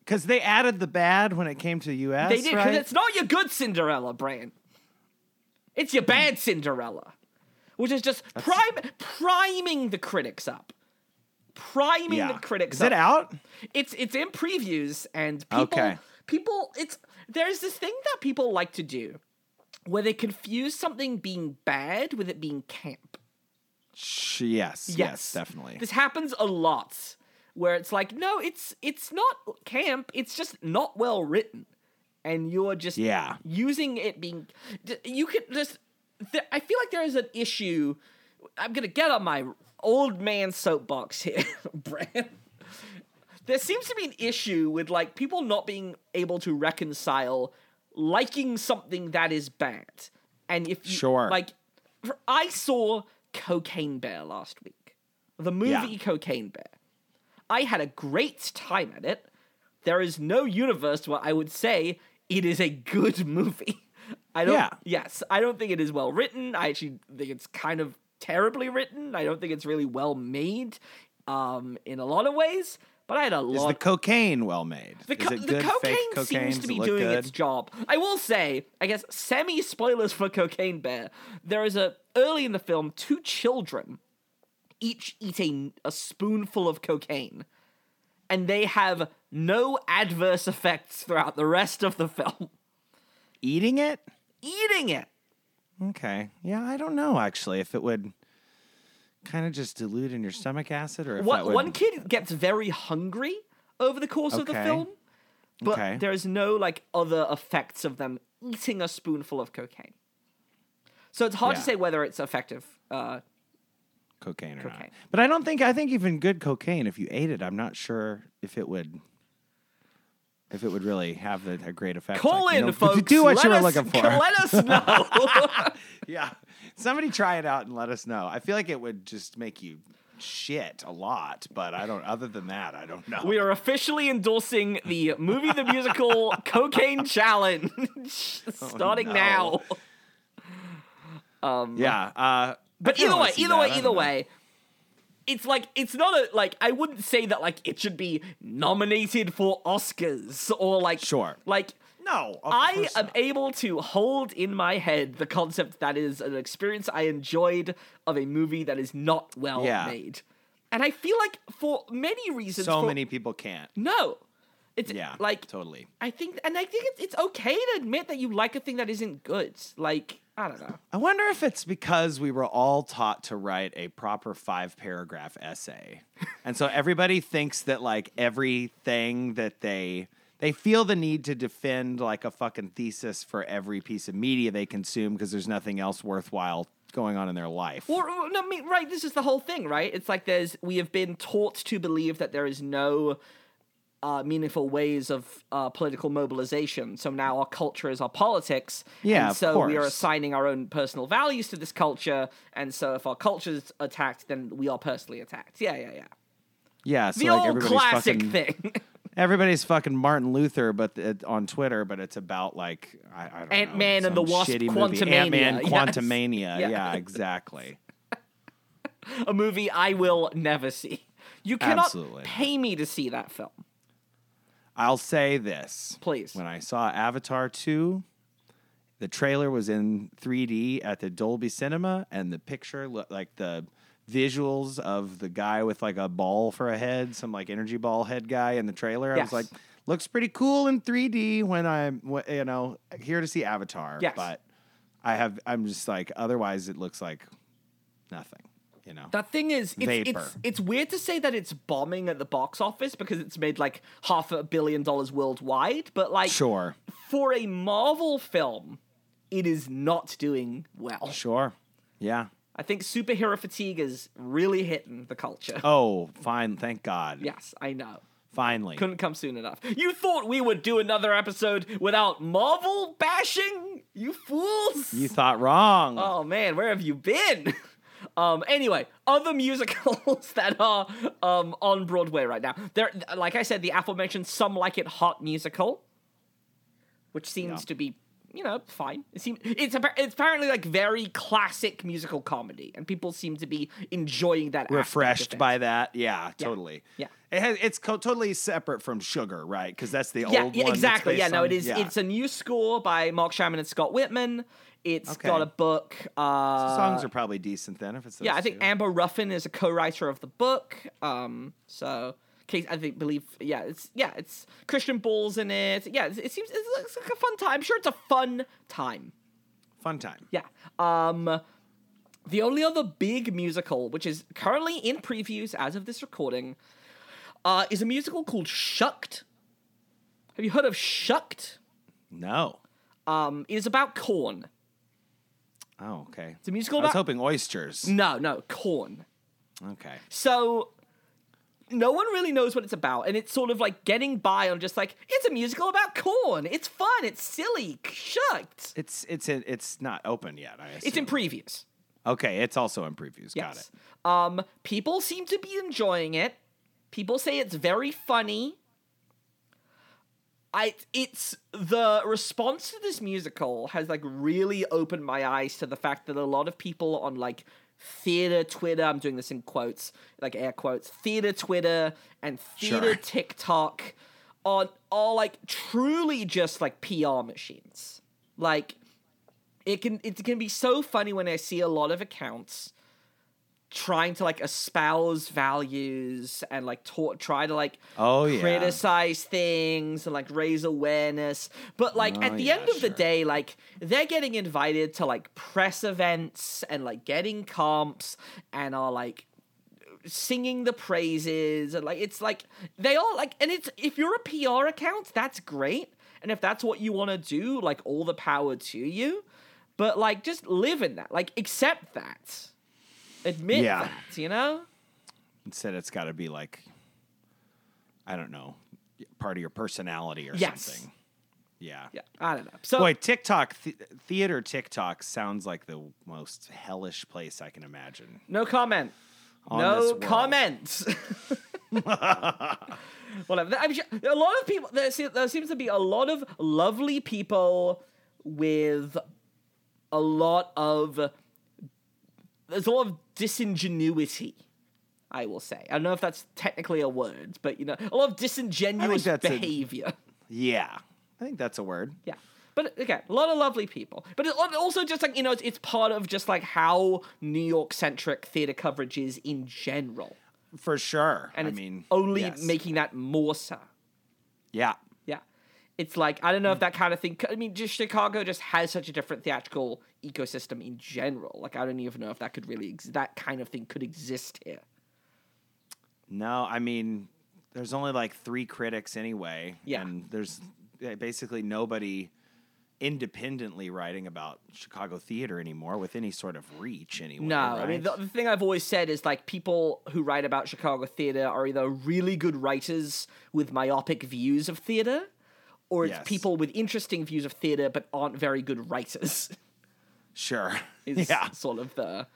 because they added the bad when it came to U.S.
They did because
right?
it's not your good Cinderella, Brian. It's your
Hmm.
bad Cinderella, which is just prime, priming the critics up, priming
yeah.
the critics.
Is it
up.
out?
It's it's in previews and people
Okay.
people it's there's this thing that people like to do where they confuse something being bad with it being camp.
Sh- yes, yes, definitely.
This happens a lot where it's like, no, it's it's not camp, it's just not well written. And you're just
Yeah.
using it being d- you could just th- I feel like there is an issue I'm going to get on my old man soapbox here, [LAUGHS] Brand. There seems to be an issue with like people not being able to reconcile liking something that is bad. And if you
Sure.
like for- I saw Cocaine Bear last week. The movie
Yeah.
Cocaine Bear. I had a great time at it. There is no universe where I would say it is a good [LAUGHS] movie. I don't
Yeah.
yes, I don't think it is well written. I actually think it's kind of terribly written. I don't think it's really well made um in a lot of ways, but I had a
Is
lot
the cocaine well made?
the,
Is
co-
it
the
good
cocaine,
fake cocaine?
seems
Does
to
it
be
look
doing
good?
its job. I will say, I guess, semi spoilers for Cocaine Bear. There is a early in the film, two children each eat a, a spoonful of cocaine, and they have no adverse effects throughout the rest of the film. [LAUGHS]
Eating it?
Eating it.
Okay. Yeah, I don't know actually if it would kind of just dilute in your stomach acid or if
One,
that would.
one kid gets very hungry over the course of the
Okay.
film, but
Okay.
there is no like other effects of them eating a spoonful of cocaine. So it's hard to
Yeah.
say whether it's effective. Uh,
cocaine or not.
Cocaine.
But I don't think I think even good cocaine, if you ate it, I'm not sure if it would if it would really have the, a great effect.
call
Like, you
in,
know,
folks.
Do what
let
you were
us-
looking for.
Let us know.
[LAUGHS] yeah, somebody try it out and let us know. I feel like it would just make you shit a lot, but I don't. Other than that, I don't know.
we are officially endorsing the movie, the
[LAUGHS]
musical, cocaine challenge, starting
Oh, no.
now.
yeah, uh, I
But
kinda
either
wanna
way,
see
either
that. I
way,
don't
either
know.
way, it's like it's not a like I wouldn't say that like it should be nominated for Oscars or like
Sure.
like
No, of
I
course
am
not.
able to hold in my head the concept that is an experience I enjoyed of a movie that is not well
Yeah.
made. And I feel like for many reasons
So
for-
many people can't.
No. It's
Yeah,
like
totally.
I think and I think it's, it's okay to admit that you like a thing that isn't good. Like, I don't know.
I wonder if it's because we were all taught to write a proper five paragraph essay. and so everybody thinks that like everything that they they feel the need to defend like a fucking thesis for every piece of media they consume because there's nothing else worthwhile going on in their life.
Or, or- no, I mean, right, this is the whole thing, right? It's like there's we have been taught to believe that there is no uh, meaningful ways of uh, political mobilization. So now our culture is our politics.
Yeah,
and
of
so we are
course.
assigning our own personal values to this culture. And so if our culture is attacked, then we are personally attacked. Yeah, yeah, yeah.
yeah, so
The
like
old
everybody's
classic
fucking,
thing. [LAUGHS]
Everybody's fucking Martin Luther, but it, on Twitter, but it's about like I, I don't know,
Ant-Man and the
some
Wasp
shitty movie.
Quantumania,
Ant-Man
yes.
Quantumania.
Yeah.
yeah exactly.
a movie I will never see. You cannot
Absolutely.
pay me to see that film.
I'll say this.
Please.
When I saw Avatar 2, the trailer was in 3D at the Dolby Cinema, and the picture looked like the visuals of the guy with like a ball for a head, some like energy ball head guy in the trailer.
Yes.
I was like, looks pretty cool in 3D when I'm, wh- you know, here to see Avatar.
Yes.
But I have, I'm just like, otherwise it looks like nothing, you know?
The thing is, it's, it's
Vapor.
it's weird to say that it's bombing at the box office because it's made like half a billion dollars worldwide, but like
sure.
for a Marvel film, it is not doing well.
Sure. Yeah.
I think superhero fatigue is really hitting the culture.
Oh, fine. Thank God.
Yes, I know.
Finally.
Couldn't come soon enough. You thought we would do another episode without Marvel bashing? You fools!
you thought wrong.
Oh man, where have you been? [LAUGHS] Um, anyway, other musicals [LAUGHS] that are um, on Broadway right now. There, like I said, the aforementioned "Some Like It Hot" musical, which seems
Yeah.
to be, you know, fine. It seems it's appa- it's apparently like very classic musical comedy, and people seem to be enjoying that. aspect of
Refreshed
it.
by that. Yeah, totally.
Yeah.
It has, it's co- totally separate from Sugar, right? Because that's the
yeah,
old
yeah
one. that's
exactly.
based
Yeah, no,
on-
it is.
yeah.
It's a new score by Mark Shaman and Scott Whitman. It's
Okay.
got a book. Uh,
Songs are probably decent then if it's those
Yeah, I think
two.
Amber Ruffin is a co-writer of the book. Um, so case I think believe yeah, it's yeah, it's Christian Ball's in it. Yeah, it, it seems it's, it's like a fun time. I'm sure it's a fun time.
Fun time.
Yeah. Um, the only other big musical which is currently in previews as of this recording, uh, is a musical called Shucked. Have you heard of Shucked?
No.
Um, it is about corn.
Oh, okay.
It's a musical
I was
about
hoping oysters.
no, no, corn.
Okay.
So no one really knows what it's about, and it's sort of like getting by on just like it's a musical about corn. It's fun. It's silly. Shucked.
It's it's in, it's not open yet. I
It's in
assume.
previews.
okay. It's also in previews. Got it.
Yes. Um, people seem to be enjoying it. People say it's very funny. I it's the response to this musical has like really opened my eyes to the fact that a lot of people on like theater Twitter, I'm doing this in quotes, like air quotes, theater Twitter and
Sure.
theater TikTok on are like truly just like PR machines. Like it can it can be so funny when I see a lot of accounts trying to like espouse values and like ta- try to like
Oh, yeah.
criticize things and like raise awareness but like
Oh,
at the
yeah,
end of the
sure.
day like they're getting invited to like press events and like getting comps and are like singing the praises and like it's like they all like and it's if you're a PR account that's great and if that's what you want to do like all the power to you but like just live in that like accept that admit
Yeah.
that you know
Instead, it's got to be like, I don't know, part of your personality or
Yes.
something. Yeah.
yeah I don't know so
Boy, TikTok th- theater TikTok sounds like the most hellish place I can imagine.
no comment
on this
no
world.
comments. [LAUGHS] Whatever. I'm sure, a lot of people. There, se- there seems to be a lot of lovely people with a lot of. There's a lot of disingenuity. I will say. I don't know if that's technically a word, but you know, a lot of disingenuous
that's a-
behavior. [LAUGHS]
Yeah, I think that's a word.
Yeah. But okay, a lot of lovely people. But it al- also just like, you know, it's, it's part of just like how New York centric theater coverage is in general.
for sure. I
and it's
mean,
only
yes.
making that more so.
yeah.
Yeah, it's like I don't know if that kind of thing. I mean, just Chicago just has such a different theatrical ecosystem in general. Like I don't even know if that could really ex- that kind of thing could exist here.
No, I mean, there's only like three critics anyway.
Yeah.
And there's yeah, basically nobody independently writing about Chicago theater anymore with any sort of reach anyway.
No, I mean the,
right?
the thing I've always said is like people who write about Chicago theater are either really good writers with myopic views of theater, or it's
Yes.
people with interesting views of theater but aren't very good writers. [LAUGHS]
sure. [LAUGHS]
Is
yeah.
sort of the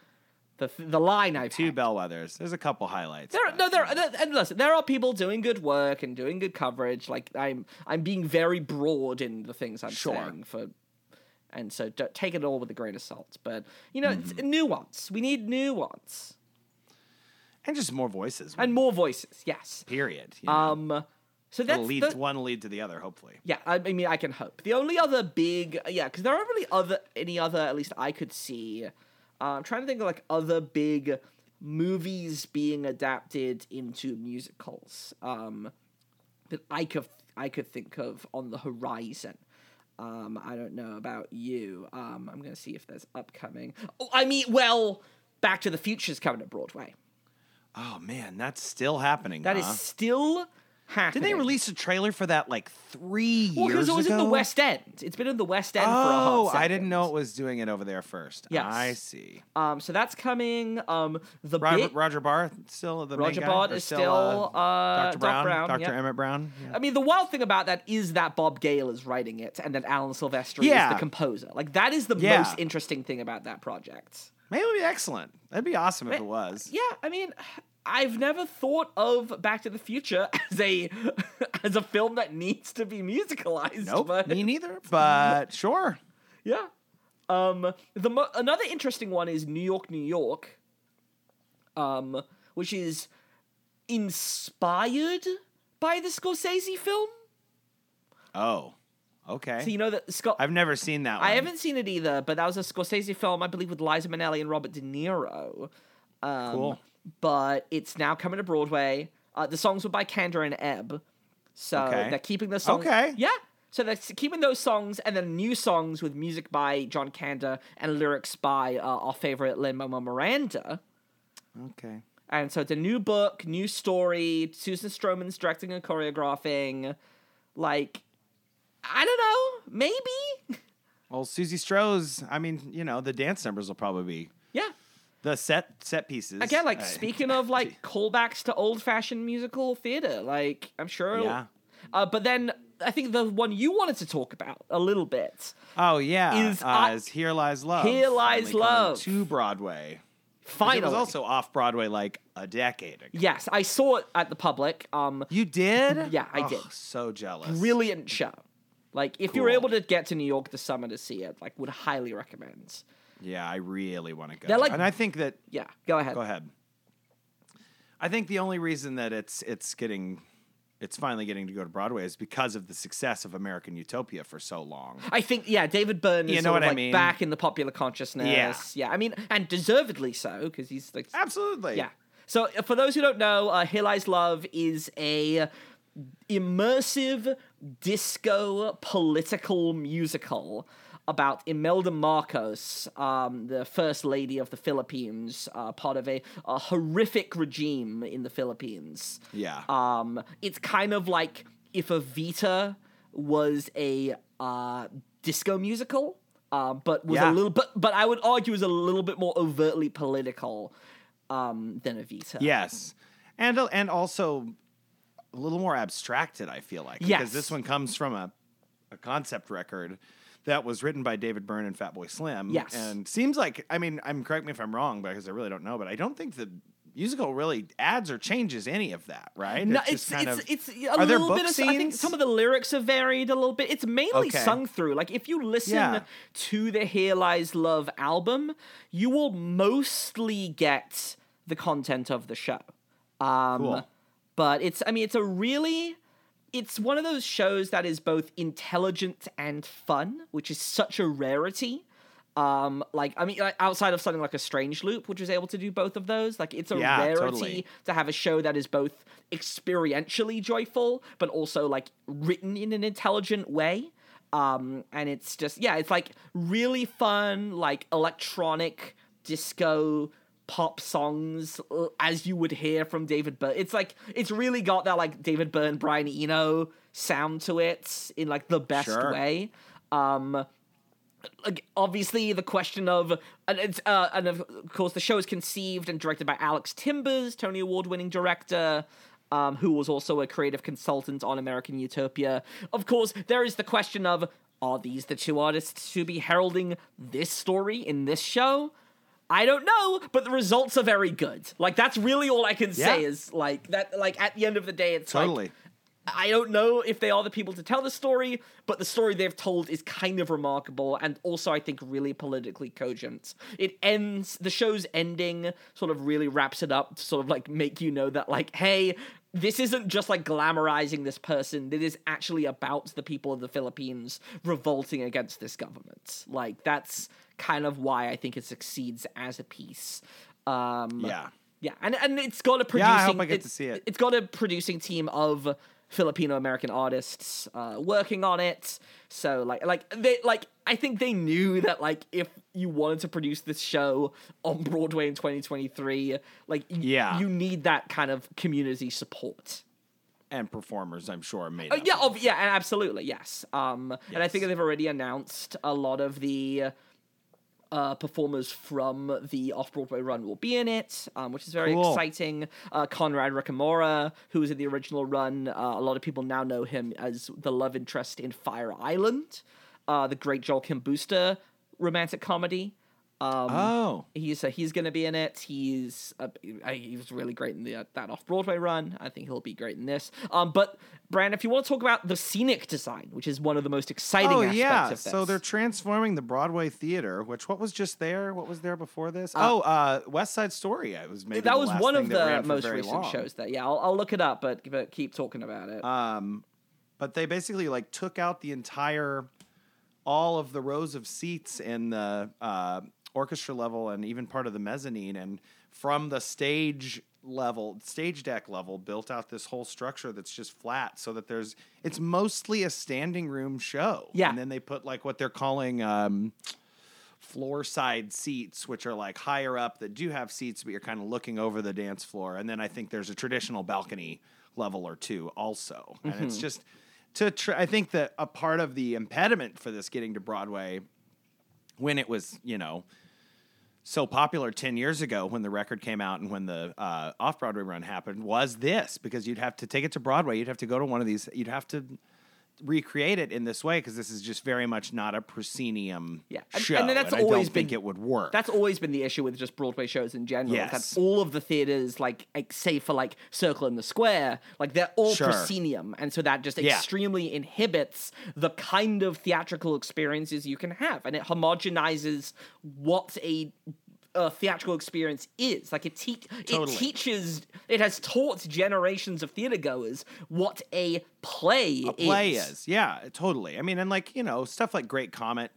the the line I've
Two
had.
bellwethers. There's a couple highlights.
There, are-
but-
no, there, are- there, and listen, there are people doing good work and doing good coverage. Like I'm, I'm being very broad in the things I'm
Sure.
saying for, and so do take it all with a grain of salt. But you know, it's nuance. We need nuance
and just more voices.
and more voices. Yes.
period. You know?
Um. So that's
It'll lead
the-
to one lead to the other, hopefully.
yeah. I, I mean, I can hope. The only other big, yeah, because there aren't really other any other at least I could see. Uh, I'm trying to think of like other big movies being adapted into musicals. Um. that I could I could think of on the horizon. Um, I don't know about you. Um, I'm gonna see if there's upcoming. Oh, I mean, well, Back to the Future's coming to Broadway.
Oh man, that's still happening.
That is
huh?
still happening.
Did they release a trailer for that like three
Well,
years
because it was
ago?
in the West End. It's been in the West End for a
Oh,
hot
I didn't
second.
know it was doing it over there first.
Yes.
I see.
Um, so that's coming. Um, the
Roger,
big,
Roger Barr still the main
Roger
guy?
Barr
Or
is still, uh,
Dr.
Doc
Brown,
Brown,
Dr.
yep.
Emmett Brown.
I mean, the wild thing about that is that Bob Gale is writing it, and that Alan Silvestri is
Yeah.
the composer. Like that is the
Yeah.
most interesting thing about that project.
Maybe it would be excellent. That'd be awesome if it was.
Yeah, I mean, I've never thought of Back to the Future [LAUGHS] as a as a film that needs to be musicalized.
Nope,
but
me
[LAUGHS]
neither. But sure.
yeah. Um, the mo- another interesting one is New York, New York, um, which is inspired by the Scorsese film.
Oh, okay.
So you know that Scott.
I've never seen that. One.
I haven't seen it either, but that was a Scorsese film, I believe, with Liza Minnelli and Robert De Niro. Um,
Cool.
But it's now coming to Broadway. Uh, the songs were by Kendra and Ebb, so
Okay.
they're keeping the songs.
Okay.
Yeah. So they're s- keeping those songs and then new songs with music by John Kander and lyrics by uh, our favorite Lin Manuel Miranda. um,
Okay.
And so it's a new book, new story. Susan Stroman's directing and choreographing. Like, I don't know. Maybe.
Well, Susie Stroh's. I mean, you know, the dance numbers will probably be
yeah.
the set set pieces.
Again, like
I-
speaking
[LAUGHS]
of like callbacks to old fashioned musical theater, like I'm sure. it'll-
Yeah.
Uh, but then I think the one you wanted to talk about a little bit,
Oh yeah,
is
is,
I-
is Here Lies Love.
Here Lies
finally coming
Love.
to Broadway. 'Cause
finally.
It was also off Broadway like a decade ago.
yes, I saw it at the public. Um,
You did?
Yeah, I
Oh,
did.
So jealous.
brilliant show. Like if you're
Cool.
able to get to New York this summer to see it, like would highly recommend.
Yeah, I really want to go.
They're like-
and I think that
Yeah, go ahead.
go ahead. I think the only reason that it's it's getting it's finally getting to go to Broadway is because of the success of American Utopia for so
[GASPS]
long.
I think yeah, David Byrne is
You know
sort of,
what I
like
mean?
back in the popular consciousness. Yeah. I mean, and deservedly so because he's like
Absolutely.
Yeah. So uh, for those who don't know, uh, Here Lies Love is a immersive disco political musical about Imelda Marcos, um, the first lady of the Philippines, uh, part of a, a horrific regime in the Philippines.
Yeah.
Um, it's kind of like if a Vita was a uh, disco musical, uh, but was
Yeah.
a little, but but I would argue is a little bit more overtly political um, than a Vita.
Yes. And uh, and also a little more abstracted, I feel like.
Yes.
Because this one comes from a, a concept record that was written by David Byrne and Fatboy Slim.
Yes.
And seems like I mean, I'm correct me if I'm wrong because I really don't know, but I don't think the musical really adds or changes any of that, right?
No,
just
it's
kind
it's,
of-
it's a
Are
little
there book
bit of I think
scenes?
some of the lyrics are varied a little bit. It's mainly
Okay.
sung through. Like if you listen
Yeah.
to the Here Lies Love album, you will mostly get the content of the show. Um
Cool.
but it's I mean it's a really it's one of those shows that is both intelligent and fun, which is such a rarity. Um, like I mean, like, outside of something like a Strange Loop, which was able to do both of those, like it's a
Yeah,
rarity
totally.
to have a show that is both experientially joyful but also like written in an intelligent way. Um, and it's just yeah, it's like really fun, like electronic disco pop songs uh, as you would hear from David Byrne. It's like it's really got that like David Byrne, Brian Eno sound to it in like the best
Sure.
way. Um, like obviously the question of and it's uh, and of course the show is conceived and directed by Alex Timbers, Tony Award winning director. Um, who was also a creative consultant on American Utopia. Of course, there is the question of are these the two artists to be heralding this story in this show? I don't know, but the results are very good. Like that's really all I can say
Yeah.
is like that like at the end of the day it's like,
totally.
I don't know if they are the people to tell the story, but the story they've told is kind of remarkable and also I think really politically cogent. It ends the show's ending sort of really wraps it up to sort of like make you know that like hey, this isn't just like glamorizing this person. It is actually about the people of the Philippines revolting against this government. Like that's kind of why I think it succeeds as a piece. Um
yeah.
yeah, and and it's got a producing.
Yeah, I hope I get to see it.
has got a producing team of Filipino American artists uh, working on it. So like like they like I think they knew that like if you wanted to produce this show on Broadway in 2023, like y-
Yeah.
you need that kind of community support.
and performers, I'm sure, made.
Uh,
up.
yeah, ob- yeah, and absolutely, yes. Um, and I think they've already announced a lot of the uh, performers from the off Broadway run will be in it, um, which is very
Cool.
exciting. Uh, Conrad Ricamora, who was in the original run, uh, a lot of people now know him as the love interest in Fire Island, uh, the great Joel Kim Booster romantic comedy. Um,
Oh,
He's uh, he's going to be in it. He's uh, he was really great in the uh, that off Broadway run. I think he'll be great in this. Um, but Bran, if you want to talk about the scenic design, which is one of the most exciting
oh
aspects
yeah.
of this,
So they're transforming the Broadway theater, which what was just there? What was there before this? oh, uh, West Side Story. It was maybe
that
the
was
last
one
thing
of
that ran
the
for
most
very
recent
long.
shows. That yeah, I'll, I'll look it up, but but keep talking about it.
but they basically like took out the entire all of the rows of seats in the uh, orchestra level and even part of the mezzanine and from the stage level stage deck level built out this whole structure that's just flat so that there's it's mostly a standing room show
Yeah.
and then they put like what they're calling um floor side seats which are like higher up that do have seats but you're kind of looking over the dance floor and then i think there's a traditional balcony level or two also and it's just to tr- i think that a part of the impediment for this getting to broadway when it was you know so popular 10 years ago when the record came out and when the uh, off-broadway run happened was this because you'd have to take it to broadway you'd have to go to one of these you'd have to recreate it in this way because this is just very much not a proscenium
Yeah. And-
show
and that's
I don't
always
think
been-
it would work
That's always been the issue with just Broadway shows in general. is
Yes.
That all of the theaters, like ex- save for like Circle in the Square, like they're all
Sure.
proscenium, and so that just
Yeah.
extremely inhibits the kind of theatrical experiences you can have, and it homogenizes what a uh, theatrical experience is like it, te-
Totally.
it teaches it has taught generations of theater goers what a play
a play is yeah totally i mean and like you know stuff like great comet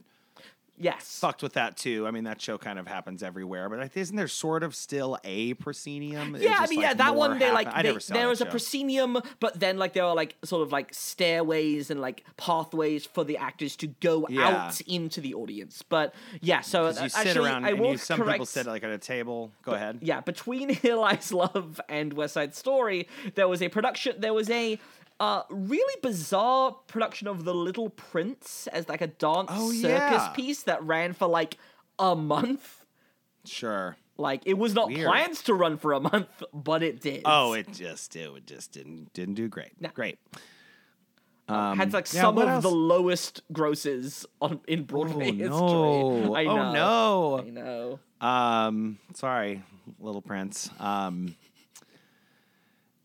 yes
fucked with that too. I mean, that show kind of happens everywhere, but like, isn't there sort of still a proscenium? It
Yeah, I
just,
mean,
like,
yeah, that
more
one they like.
happen-
they-
never saw
there
that
was a
show.
proscenium, but then like there are like sort of like stairways and like pathways for the actors to go
Yeah.
out into the audience. But yeah, so uh,
'Cause You sit
actually,
around
I
and
was
you, some
correct.
people sit like at a table. Go ahead.
yeah, between [LAUGHS] Hill Ice Love and West Side Story, there was a production. There was a. Uh, really bizarre production of The Little Prince as like a dance
Oh,
circus
yeah.
piece that ran for like a month.
Sure.
Like it was not
Weird.
planned to run for a month, but it did.
Oh, it just it would- just didn't didn't do great.
No.
[LAUGHS] Great.
had like
yeah,
some of
what
the
else? Oh,
lowest grosses on in Broadway history.
no.
I
Oh,
know.
no.
I know.
Um, sorry, Little Prince. Um,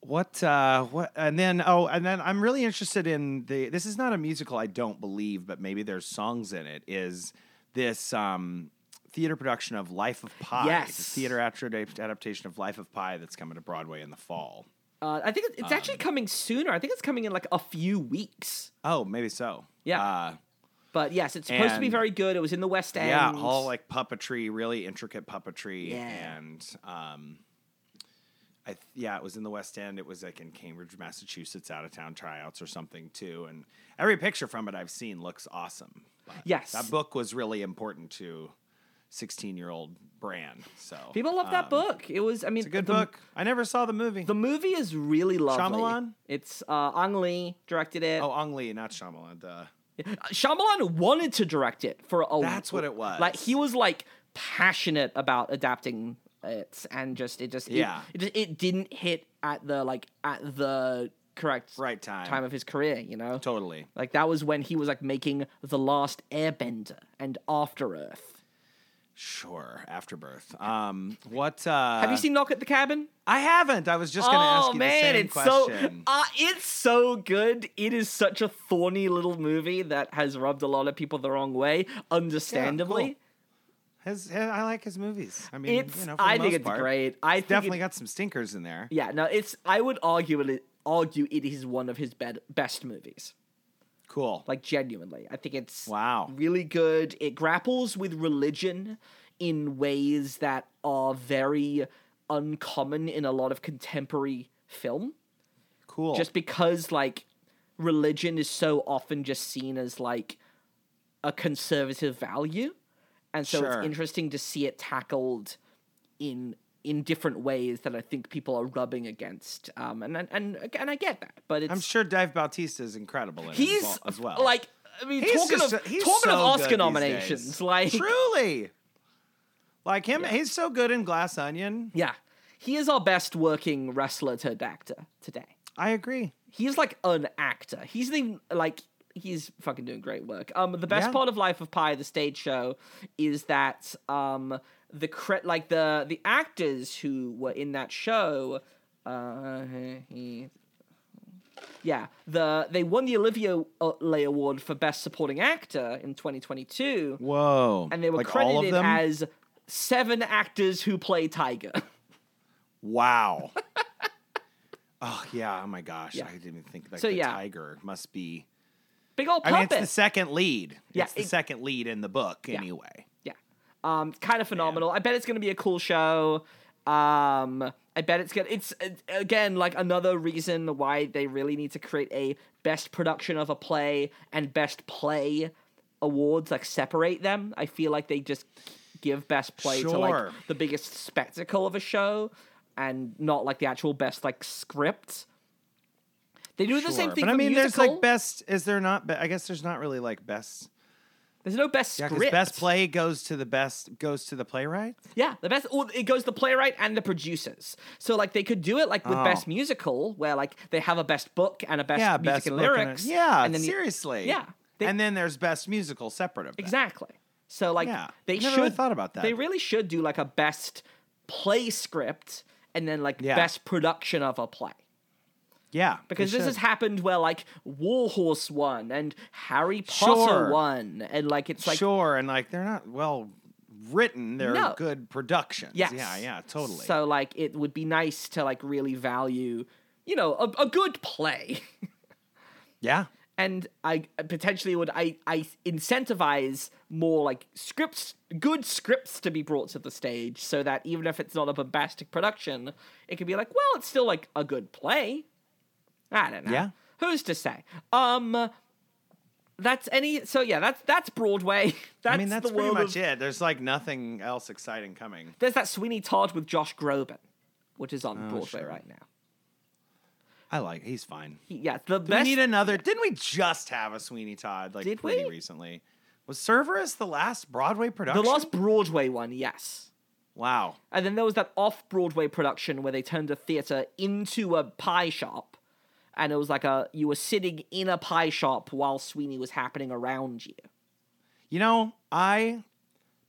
what? Uh, what? And then oh, and then I'm really interested in the. This is not a musical, I don't believe, but maybe there's songs in it. Is this um, theater production of Life of Pi? It's a
Yes.
theater adapta- adaptation of Life of Pi that's coming to Broadway in the fall.
Uh, I think it's, it's
Um,
actually coming sooner. I think it's coming in like a few weeks.
Oh, maybe so.
Yeah.
Uh,
But yes, it's supposed to be
And-
very good. It was in the West End.
Yeah, all like puppetry, really intricate puppetry,
Yeah.
and um, I th- yeah, it was in the West End. It was like in Cambridge, Massachusetts, out of town tryouts or something too. And every picture from it I've seen looks awesome. But
Yes.
that book was really important to sixteen-year-old Bran. So
People love that
um,
book. It was. I mean,
It's a good
the,
book. I never saw the movie.
The movie is really lovely.
Shyamalan?
It's uh, Ang Lee directed it.
oh, Ong Lee, not Shyamalan. Duh.
Shyamalan wanted to direct it for a.
That's what it was.
Like he was like passionate about adapting it, and just it just it-
Yeah.
it, just, it didn't hit at the like at the correct
Right time.
time of his career. You know,
totally.
like that was when he was like making the last Airbender and After Earth.
Sure. Afterbirth. Um, what? Uh,
Have you seen Knock at the Cabin?
I haven't. I was just going to ask you the same
Oh, it's
question.
so uh, it's so good. It is such a thorny little movie that has rubbed a lot of people the wrong way, understandably.
His, his- I like his movies. I mean,
It's
you know, for the
I think
most
it's
part.
great. I think
Definitely
it-
got some stinkers in there.
Yeah, no, it's. I would argue it. Argue it is one of his bed, best movies.
Cool.
Like genuinely, I think it's
Wow.
really good. It grapples with religion in ways that are very uncommon in a lot of contemporary film.
cool.
Just because like religion is so often just seen as like a conservative value, and so
Sure.
it's interesting to see it tackled in in different ways that I think people are rubbing against. Um, and and and, and I get that, but it's
I'm sure Dave Bautista is incredible in it as
he's
well- as well.
like I mean,
He's
talking
just-
of
he's
talking
so
of
good
Oscar
these
nominations,
days.
like
truly, like him, he's so good in Glass Onion.
yeah, he is our best working wrestler turned actor today.
I agree.
He's like an actor. He's not even like he's fucking doing great work. Um, the best
Yeah.
part of Life of Pi, the stage show, is that um the cre- like the the actors who were in that show, uh, yeah, the they won the Olivia uh, Lay Award for Best Supporting Actor in 2022.
Whoa,
and they were
Like, all of
credited
them?
as seven actors who play Tiger. [LAUGHS]
wow. oh yeah. Oh my gosh.
Yeah.
I didn't even think that.
So,
the
yeah.
tiger must be.
Big old
I
puppet.
mean, it's the second lead.
Yeah,
it's the
it-
second lead in the book anyway.
yeah, um, kind of phenomenal. I bet it's going to be a cool show. Um, I bet it's good. It's uh, again like another reason why they really need to create a best production of a play and best play awards. Like separate them. I feel like they just give best play to
Sure.
like the biggest spectacle of a show and not like the actual best like script. They do the same
Sure.
thing.
but I
for
mean, there's
musical.
like best. Is there not? be- I guess there's not really like best.
There's no best
Yeah, because
script.
best play goes to the best goes to the playwright.
Yeah, the best. Or it goes the playwright and the producers. So like they could do it like with
Oh.
best musical, where like they have a best book and a best
yeah,
music
best
and
book a-
lyrics.
yeah,
and then the-
seriously.
yeah, they-
and then there's best musical separate of that.
exactly. So like
Yeah,
they
never
should
really thought about that.
They really should do like a best play script and then like
Yeah.
best production of a play.
Yeah,
Because
they
this has
should.
happened where like Warhorse won and Harry Potter
Sure.
won and like it's like
sure, and like they're not well written. They're
No.
good productions.
Yes.
Yeah, yeah, totally.
So like it would be nice to like really value, you know, a, a good play.
yeah,
And I potentially would I I incentivize more like scripts, good scripts to be brought to the stage, so that even if it's not a bombastic production, it could be like, well, it's still like a good play. I don't know.
Yeah.
Who's to say? Um, that's any. So yeah, that's that's Broadway. [LAUGHS] That's
I mean that's
the
pretty
world
much
of-
it. There's like nothing else exciting coming.
There's that Sweeney Todd with Josh Groban, which is on Broadway
Oh, sure.
right now.
I like he's fine.
He- Yeah, the
Do we
best.
need another? Didn't we just have a Sweeney Todd like
Did
pretty
we?
recently? Was Cerberus the last Broadway
the
production?
last Broadway one, yes.
Wow.
And then there was that off Broadway production where they turned a theater into a pie shop. And it was like a you were sitting in a pie shop while Sweeney was happening around you.
You know, I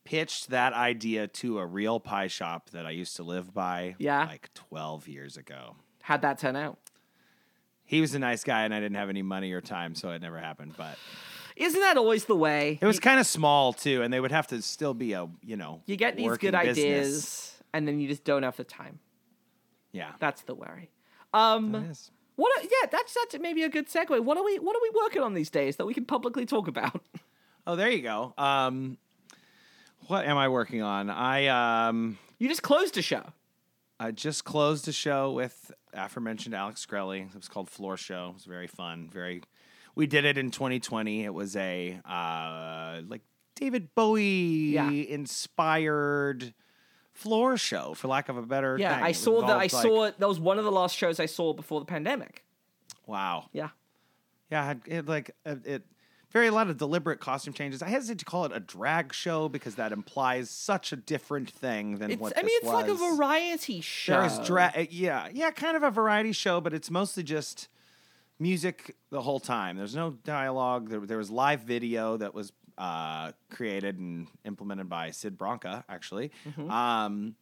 pitched that idea to a real pie shop that I used to live by
Yeah.
like 12 years ago.
How'd that turn out?
He was a nice guy and I didn't have any money or time, so it never happened. But
Isn't that always the way?
it was kind of small too, and they would have to still be a, you know,
you get these
working
good
business.
ideas and then you just don't have the time.
Yeah.
That's the worry. Um
That is.
what are, yeah, that's that's maybe a good segue. What are we what are we working on these days that we can publicly talk about? [LAUGHS]
Oh, there you go. Um, what am I working on? I um,
You just closed a show.
I just closed a show with aforementioned Alex Grelly. It was called Floor Show. It was very fun. Very, we did it in 2020. It was a uh, like David Bowie
Yeah.
inspired floor show, for lack of a better.
Yeah,
thing.
I
It
saw that. I
involved, like-
saw it. That was one of the last shows I saw before the pandemic.
Wow.
Yeah,
Yeah, it, it like it, it very a lot of deliberate costume changes. I hesitate to call it a drag show because that implies such a different thing than
it's.
what
I mean,
this
it's like a
was. Uh,
variety show.
There's drag, eh, yeah, yeah, kind of a variety show, but it's mostly just music the whole time. There's no dialogue. There, there was live video that was uh, created and implemented by Sid Bronca, actually. Um,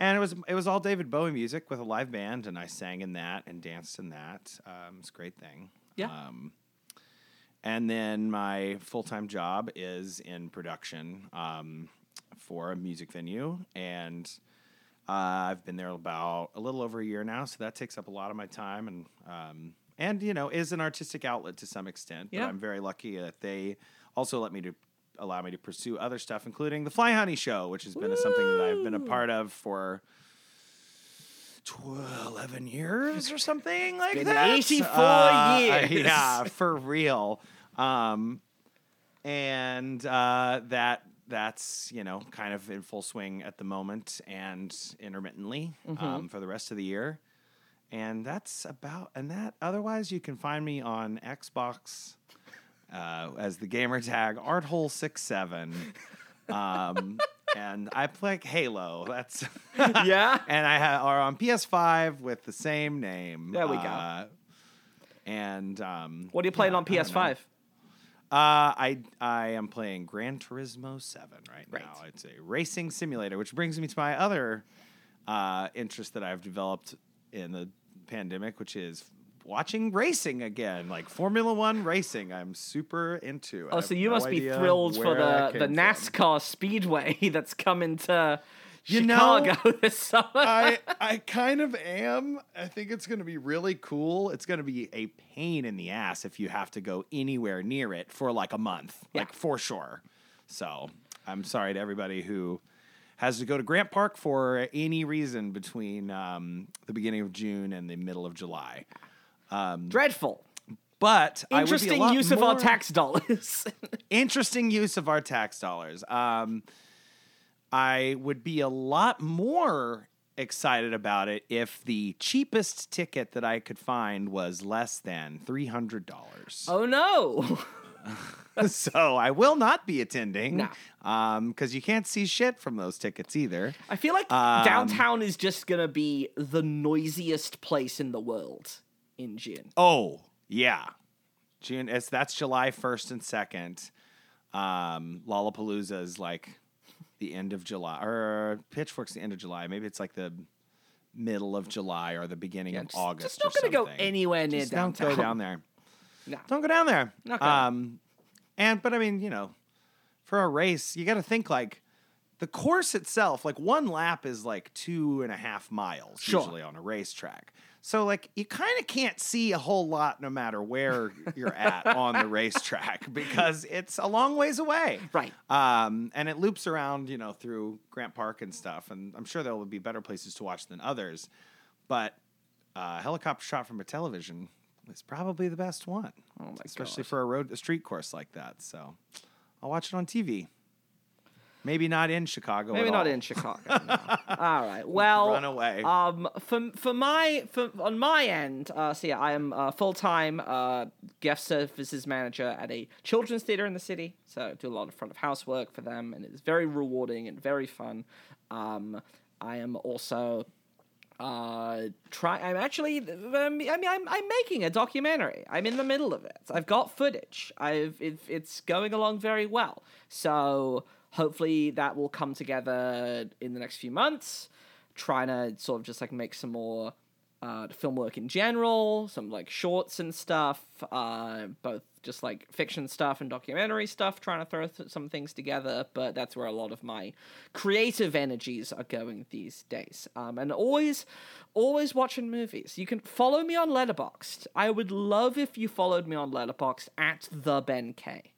and it was it was all David Bowie music with a live band, and I sang in that and danced in that. Um, it's a great thing.
Yeah. [LAUGHS]
Um, and then my full time job is in production um, for a music venue, and uh, I've been there about a little over a year now, so that takes up a lot of my time, and um, and you know is an artistic outlet to some extent.
Yeah.
But I'm very lucky that they also let me to allow me to pursue other stuff, including the Fly Honey Show, which has been a- something that I've been a part of for. 12, 11 years or something like
been
that. [LAUGHS]
84 years.
Yeah, for real. Um, and uh, that that's you know kind of in full swing at the moment and intermittently
Mm-hmm.
um, for the rest of the year. And that's about and that. Otherwise, you can find me on Xbox uh, as the gamer tag Arthole six
[LAUGHS]
seven. Um, and I play Halo. That's
yeah.
and I ha- are on PS5 with the same name.
There we go.
Uh, and um,
What are you playing on PS5?
uh, I I am playing Gran Turismo Seven right,
Right.
now. It's a racing simulator, which brings me to my other uh, interest that I've developed in the pandemic, which is watching racing again, like Formula One racing. I'm super into. I
Oh,
have
so you
no
must be
idea
thrilled for
where that
the the
came from.
NASCAR Speedway [LAUGHS] that's coming to
You know- Uh,
Chicago [LAUGHS] this summer.
I I kind of am. I think it's going to be really cool. It's going to be a pain in the ass if you have to go anywhere near it for like a month, like for sure. So I'm sorry to everybody who has to go to Grant Park for any reason between um, the beginning of June and the middle of July.
Dreadful.
But I would be a
Interesting
lot
use of our
more-
tax dollars. [LAUGHS]
interesting use of our tax dollars. Um, I would be a lot more excited about it if the cheapest ticket that I could find was less than three hundred dollars.
oh no.
[LAUGHS] so I will not be attending
No.
because you can't see shit from those tickets either.
I feel like
Um,
downtown is just gonna be the noisiest place in the world in June.
Oh yeah, June. It's that's July first and second. Um, Lollapalooza is like the end of July, or Pitchfork's the end of July. Maybe it's like the middle of July or the beginning of
Just-
August.
Just not
or
gonna go
something.
anywhere near
Just
downtown.
Don't go down there.
[LAUGHS] No.
Don't go down there.
Not gonna.
um, and but I mean, you know, for a race, you got to think like the course itself. Like one lap is like two and a half miles
Sure.
usually on a racetrack. So like you kind of can't see a whole lot no matter where you're
[LAUGHS]
at on the racetrack because it's a long ways away.
Right.
Um, and it loops around, you know, through Grant Park and stuff. And I'm sure there will be better places to watch than others, but uh, helicopter shot from a television is probably the best one,
Oh my
especially
God.
for a road, a street course like that. So I'll watch it on TV. Maybe not in Chicago.
Maybe
at
not
all. [LAUGHS]
in Chicago. no. All right. Well,
Run away.
Um, for for my for on my end, uh, so yeah, I am a full time uh, guest services manager at a children's theater in the city. So I do a lot of front of house work for them, and it's very rewarding and very fun. Um, I am also uh try i'm actually i mean I'm, I'm making a documentary i'm in the middle of it i've got footage i've it, it's going along very well so hopefully that will come together in the next few months trying to sort of just like make some more uh film work in general some like shorts and stuff uh both just like fiction stuff and documentary stuff trying to throw th- some things together but that's where a lot of my creative energies are going these days um, and always always watching movies you can follow me on letterboxd i would love if you followed me on letterboxd at the ben k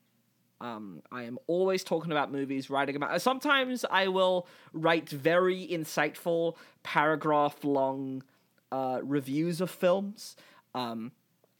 um, I am always talking about movies, writing about. Sometimes I will write very insightful, paragraph-long uh, reviews of films. Um,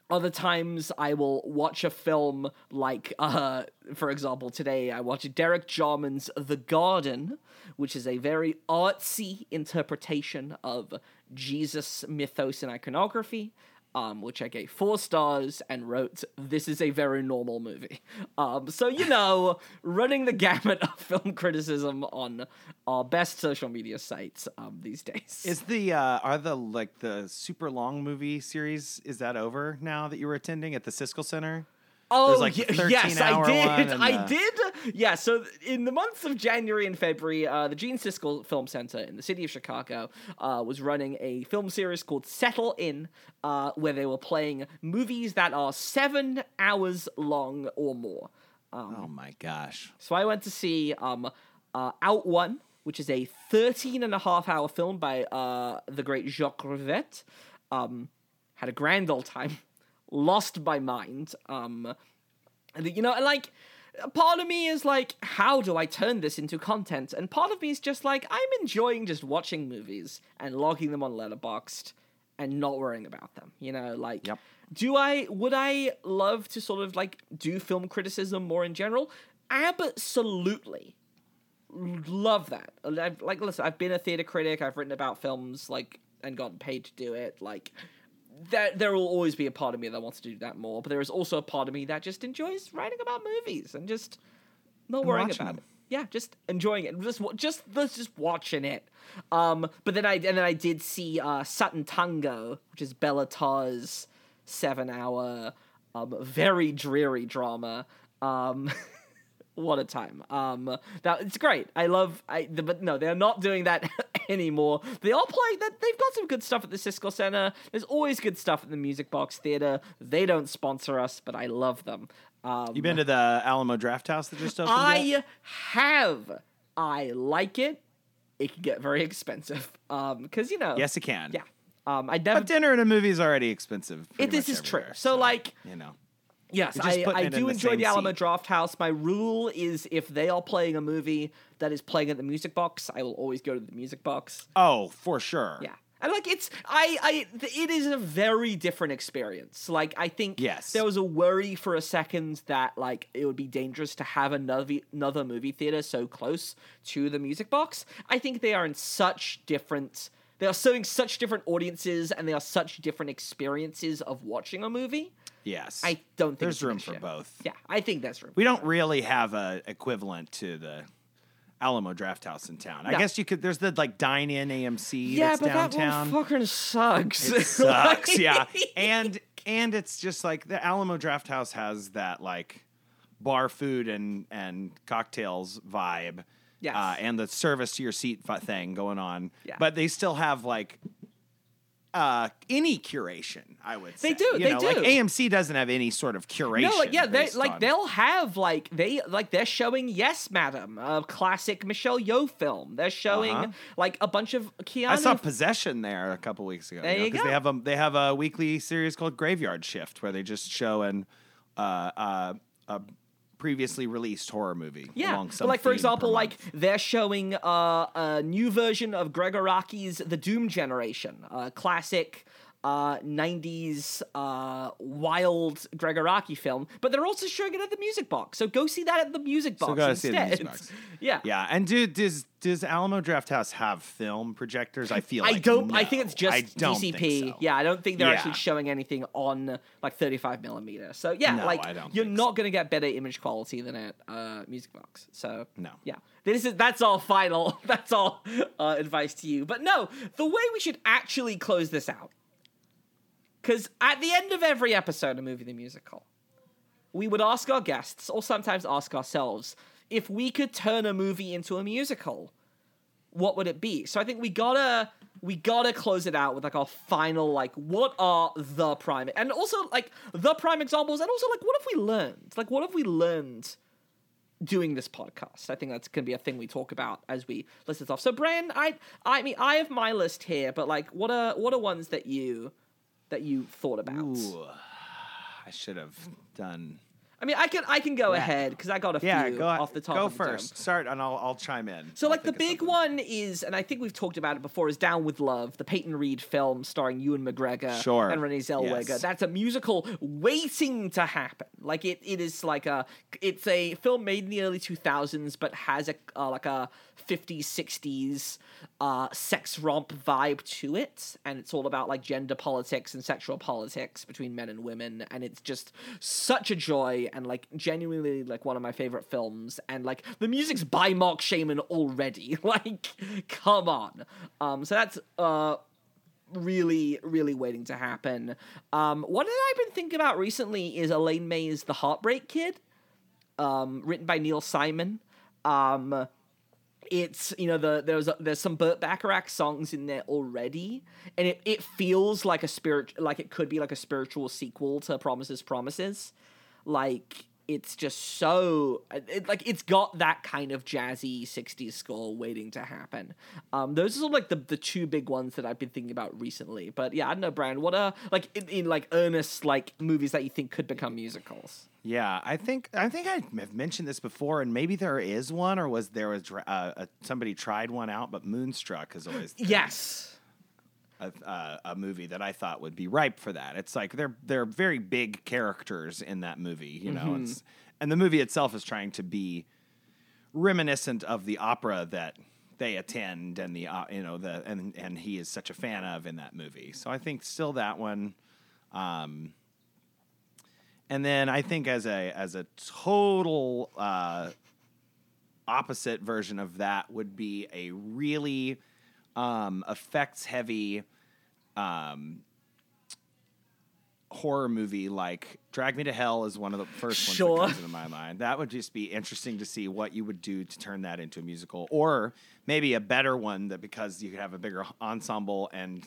other times I will watch a film like, uh, for example, today I watched Derek Jarman's *The Garden*, which is a very artsy interpretation of Jesus mythos and iconography um, which I gave four stars and wrote, This is a very normal movie. Um, so,
[LAUGHS]
you know, running the gamut of film criticism on our best social media sites um, these days.
Is the uh, are the like the super long movie series is that over now that you were attending at the Siskel Center?
oh,
like, the
ye- yes, I
13-hour one
did.
and
I
the-
did. Yeah, so th- in the months of January and February, uh, the Gene Siskel Film Center in the city of Chicago uh, was running a film series called Settle In, uh, where they were playing movies that are seven hours long or more.
Oh my gosh!
So I went to see um, uh, Out One, which is a 13 and a half hour film by uh, the great Jacques Rivette. Um, had a grand old time. Lost my mind. Um, and, you know, and, like, part of me is like, how do I turn this into content? And part of me is just like, I'm enjoying just watching movies and logging them on Letterboxd and not worrying about them. You know, like,
Yep.
do I would I love to sort of like do film criticism more in general? Absolutely. love that. I've, like, listen, I've been a theater critic. I've written about films, like, and gotten paid to do it. Like, there, there will always be a part of me that wants to do that more, but there is also a part of me that just enjoys writing about movies and just not worrying
watching
about
them.
it. Yeah, just enjoying it. Just, wa- just, just, just watching it. Um, but then I and then I did see uh, Satin Tango, which is Bella Tarr's seven-hour, um, very dreary drama. Um, [LAUGHS] what a time um that it's great i love i the, but no they're not doing that [LAUGHS] anymore they are playing that they've got some good stuff at the cisco center there's always good stuff at the music box theater they don't sponsor us but i love them um
You been to the Alamo Draft House that just opened?
i uh,
yet?
have i like it it can get very [LAUGHS] expensive um because you know
yes, it can.
yeah um i never
But dinner and a movie is already expensive.
it,
pretty
this
much
is true
everywhere,
so like
you know,
Yes,
just
I,
putting
I
it in
do
the
enjoy
same
the Alamo
seat.
Draft House. My rule is if they are playing a movie that is playing at the music box, I will always go to the music box.
oh, for sure.
Yeah. And like it's I I th- it is a very different experience. Like I think
Yes.
there was a worry for a second that like it would be dangerous to have another another movie theater so close to the music box. I think they are in such different they are serving such different audiences and they are such different experiences of watching a movie.
Yes.
I don't think
there's
it's an
room for
issue.
both.
Yeah, I think that's room.
We don't really have a equivalent to the Alamo Draft House in town. I
No.
guess you could. There's the like dine in AMC that's downtown.
that fucking sucks.
it [LAUGHS]
[LAUGHS]
sucks. yeah,
Like-
and and it's just like the Alamo Draft House has that like bar food and and cocktails vibe.
Yes.
Uh, and the service to your seat fi- thing going on.
Yeah.
But they still have like uh any curation, I would say.
They do,
You
they
know, like,
do.
AMC doesn't have any sort of curation.
No, like yeah, they
based
like
on-
they'll have like they like they're showing Yes, Madam, a classic Michelle Yeoh film. They're showing
Uh-huh.
like a bunch of Keanu.
I saw Possession there a couple weeks ago.
There you
'cause
go.
They have a they have a weekly series called Graveyard Shift where they just show an uh, uh, a previously released horror movie.
yeah,
along
but,
some
like for
theme per
example,
month.
like they're showing uh, a new version of Gregoraki's The Doom Generation, a classic uh, '90s uh, wild Gregoraki film. But they're also showing it at the Music Box, so go see that at the Music Box
go see
instead.
it at the Music Box.
[LAUGHS] yeah,
yeah, and do does does Alamo Draft House have film projectors? I feel
I
like
don't. I
no.
think it's just
I don't think
DCP.
so.
Yeah, I don't think they're
Yeah.
actually showing anything on like 35 millimeter. So yeah,
No,
like
I don't
you're
think
not gonna get better image quality than at uh, Music Box. So
No.
yeah, this is that's all final. [LAUGHS] That's all uh, advice to you. But no, the way we should actually close this out, because at the end of every episode of Movie the Musical, we would ask our guests, or sometimes ask ourselves, if we could turn a movie into a musical what would it be? So I think we gotta we gotta close it out with like our final like what are the prime and also like the prime examples and also like what have we learned? Like what have we learned doing this podcast? I think that's gonna be a thing we talk about as we list this off. So Brian, I I mean I have my list here, but like what are what are ones that you that you thought about?
Ooh, I should have done.
I mean I can I can go ahead because I got a
Yeah,
few
go
off the top
Go
of the dome.
first. Start, and I'll I'll chime in.
So,
I'll
like, the
think of
big
something.
one is, and I think we've talked about it before, is Down with Love, the Peyton Reed film starring Ewan McGregor
Sure.
and Renee Zellweger.
Yes.
That's a musical waiting to happen. Like, it, it is like a, it's a film made in the early 2000s, but has a, uh, like a 50s, 60s uh, sex romp vibe to it. And it's all about, like, gender politics and sexual politics between men and women. And it's just such a joy and, like, genuinely, like, one of my favorite films. And, like, the music's by Mark Shaman already. [LAUGHS] Like, come on. Um, so that's uh really, really waiting to happen. Um, what did I've been thinking about recently is Elaine May's The Heartbreak Kid, um, written by Neil Simon. Um, it's you know the there's a, there's some Burt Bacharach songs in there already, and it, it feels like a spirit like it could be like a spiritual sequel to Promises Promises, like it's just so it, like it's got that kind of jazzy 60s score waiting to happen um those are sort of like the, the two big ones that i've been thinking about recently but yeah i don't know brian what are like in, in like earnest like movies that you think could become musicals
Yeah, I think I think I have mentioned this before, and maybe there is one, or was there was uh, uh, somebody tried one out, but Moonstruck is always
yes
a, uh, a movie that I thought would be ripe for that. It's like they're they're very big characters in that movie, you know, it's, and the movie itself is trying to be reminiscent of the opera that they attend and the uh, you know the and and he is such a fan of in that movie. So I think still that one. Um, and then I think as a as a total uh, opposite version of that would be a really um, effects heavy um, horror movie like Drag Me to Hell is one of the first
Sure.
ones that comes into my mind. That would just be interesting to see what you would do to turn that into a musical, or maybe a better one that because you could have a bigger ensemble and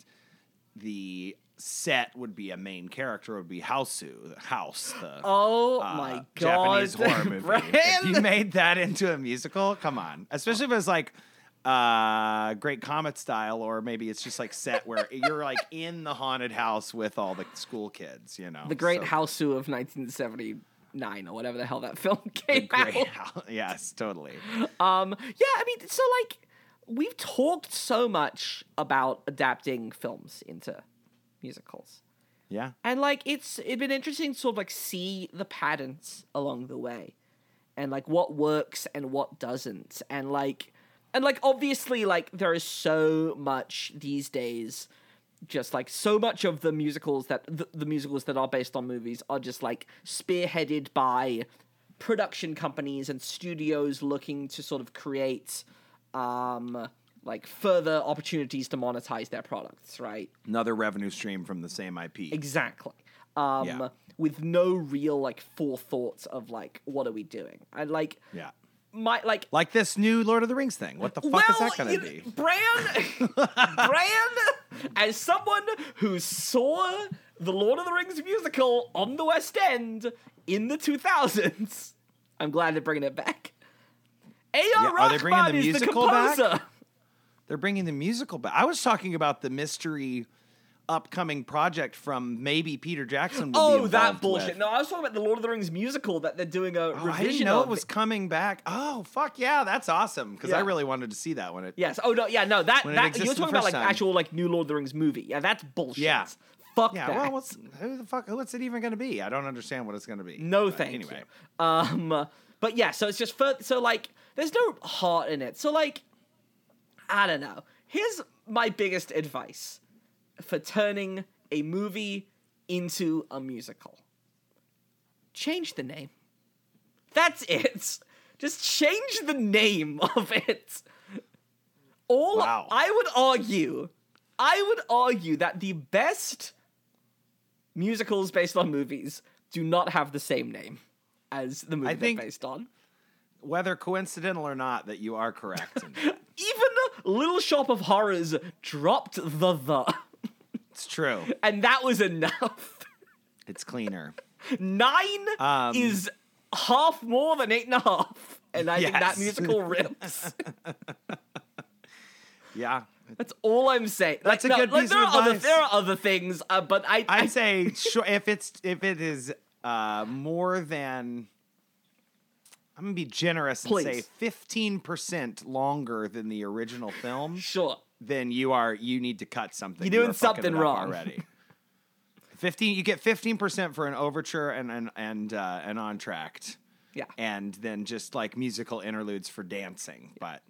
the set would be a main character would be Houseu, the house, the
Oh
uh,
my god.
Japanese
[LAUGHS]
horror movie. If you
Brandon.
made that into a musical, come on. Especially if it's like uh great comet style or maybe it's just like set where [LAUGHS] you're like in the haunted house with all the school kids you know
the Great
So-
House Zoo of 1979 or whatever the hell that film [LAUGHS] came out.
great house [LAUGHS] yes
[GASPS]
totally
Um, yeah, I mean, so like we've talked so much about adapting films into musicals.
yeah
And like it's it's been interesting to sort of like see the patterns along the way. And like what works and what doesn't. And like and like obviously like there is so much these days just like so much of the musicals that the, the musicals that are based on movies are just like spearheaded by production companies and studios looking to sort of create um like further opportunities to monetize their products, right?
another revenue stream from the same ip
Exactly. Um,
Yeah.
With no real like forethoughts of like what are we doing? I like
yeah
my like.
like this new lord of the rings thing what the fuck
well,
is that gonna
you-
be
Bran,
[LAUGHS]
Bran, as someone who saw the Lord of the Rings musical on the West End in the 2000s, I'm glad they're bringing it back. A.R.
Yeah, are they bringing the
Rahman is
musical back?
composer.
They're bringing the musical back. I was talking about the mystery upcoming project from maybe Peter Jackson. Will
Oh,
be
that
involved
bullshit!
with.
No, I was talking about the Lord of the Rings musical that they're doing a
Oh,
revision
I didn't know
of
it was coming back. Oh, fuck yeah, that's awesome because I
Yeah.
really wanted to see that when it.
Yes. Oh no. Yeah. No. That
When it
that
existed
you're
the
talking about like
first time.
actual like new Lord of the Rings movie. Yeah. That's bullshit.
Yeah.
Fuck
Yeah,
that.
well, what's who the fuck? What's it even going to be? I don't understand what it's going to be.
no,
But
thank
anyway.
you. Um. But yeah. So it's just fur- so like there's no heart in it. So like I don't know. Here's my biggest advice for turning a movie into a musical. Change the name. That's it. [LAUGHS] Just change the name [LAUGHS] of it. All
Wow.
I would argue, I would argue that the best musicals based on movies do not have the same name as the movie
think-
they're based on.
Whether coincidental or not, that you are correct.
[LAUGHS]
in that.
Even Little Shop of Horrors dropped the the,
it's true.
and that was enough.
It's cleaner.
Nine
Um,
is half more than eight and a half, and I think that
Yes. [LAUGHS]
musical rips. [LAUGHS]
Yeah.
That's all I'm saying.
That's
Like,
a
no,
good
like,
piece
there
of
are Other,
advice.
there are other things, uh, but I, I,
I'd say sure, if it's if it is uh, more than I'm gonna be generous and say
Please.
fifteen percent longer than the original film,
sure.
then you are you need to cut something.
You're doing
You are fucking
something
it up
wrong.
already. [LAUGHS] Fifteen, you get fifteen percent for an overture and and and uh, an entract,
Yeah.
and then just like musical interludes for dancing. But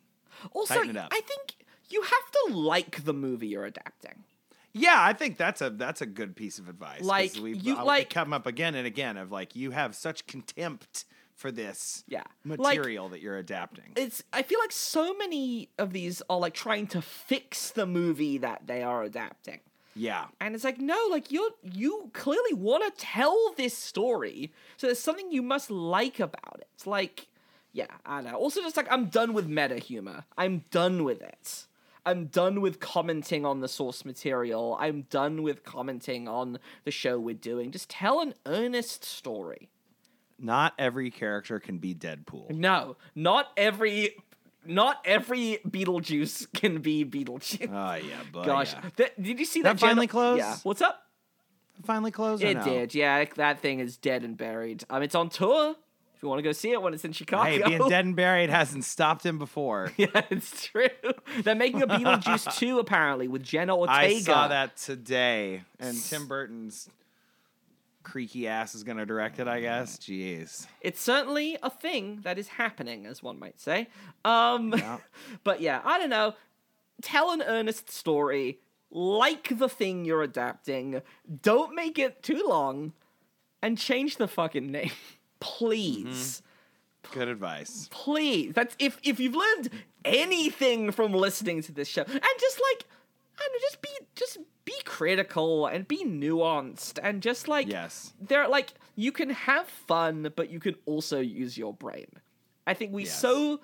Also,
tighten it up.
I think you have to like the movie you're adapting.
Yeah, I think that's a that's a good piece of advice. 'cause
Like,
we've
you-
I'll-
like-
come up again and again of like you have such contempt for this
Yeah. Like-
material that you're adapting.
It's. I feel like so many of these are like trying to fix the movie that they are adapting.
yeah.
And it's like, no, like you you clearly want to tell this story. So there's something you must like about it. It's like, yeah, I know. Also just like I'm done with meta humor. I'm done with it. I'm done with commenting on the source material. I'm done with commenting on the show we're doing. Just tell an earnest story.
Not every character can be Deadpool.
No, not every not every Beetlejuice can be Beetlejuice.
Oh yeah, but
[LAUGHS] Gosh,
yeah.
Th- did you see that?
That finally
final-
closed?
Yeah. What's up?
finally closed. or
It
no?
did, yeah. That thing is dead and buried. Um, it's on tour. If you want to go see it when it's in Chicago,
Hey, being dead and buried hasn't stopped him before.
[LAUGHS] yeah, it's true. They're making a
[LAUGHS]
Beetlejuice two apparently with Jenna Ortega.
I saw that today, and Tim Burton's creaky ass is going to direct it, I guess. Jeez.
It's certainly a thing that is happening, as one might say. Um, [LAUGHS] but yeah, I don't know. Tell an earnest story, like the thing you're adapting. Don't make it too long, and change the fucking name, [LAUGHS] please.
Good advice.
Please. That's if if you've learned anything from listening to this show, and just like, I don't know, just be just be critical and be nuanced and just like
Yes.
they're like you can have fun but you can also use your brain i think we
Yes.
so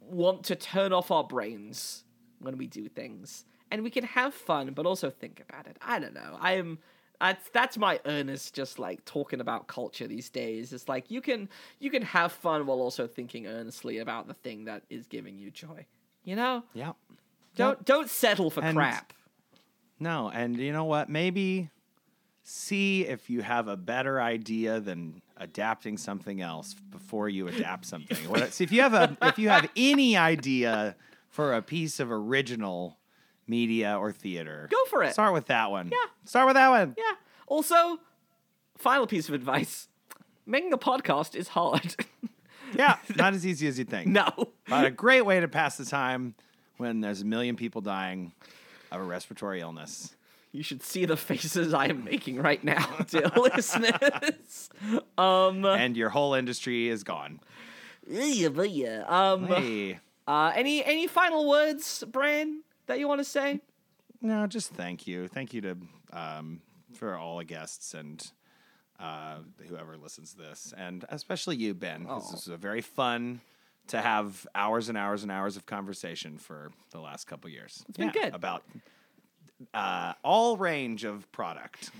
want to turn off our brains when we do things and we can have fun but also think about it i don't know i am that's that's my earnest just like talking about culture these days it's like you can you can have fun while also thinking earnestly about the thing that is giving you joy you know
Yeah.
don't don't settle for
And-
crap
No, and you know what? Maybe see if you have a better idea than adapting something else before you adapt something. What- see if you have a if you have any idea for a piece of original media or theater.
Go for it.
Start with that one. Yeah. Start with that one.
yeah also final piece of advice making a podcast is hard [LAUGHS]
Yeah. Not as easy as you think.
No.
But a great way to pass the time when there's a million people dying of a respiratory illness.
You should see the faces I am making right
[LAUGHS]
now, dear listeners. Um,
And your whole industry is gone.
yeah, but yeah. Um,
Hey.
uh, any any final words, Bran, that you want to say?
No, just thank you. Thank you to um, for all the guests and uh, whoever listens to this, and especially you, Ben. 'cause
Oh.
This is a very fun to have hours and hours and hours of conversation for the last couple years. It's
been good.
about uh, all range of product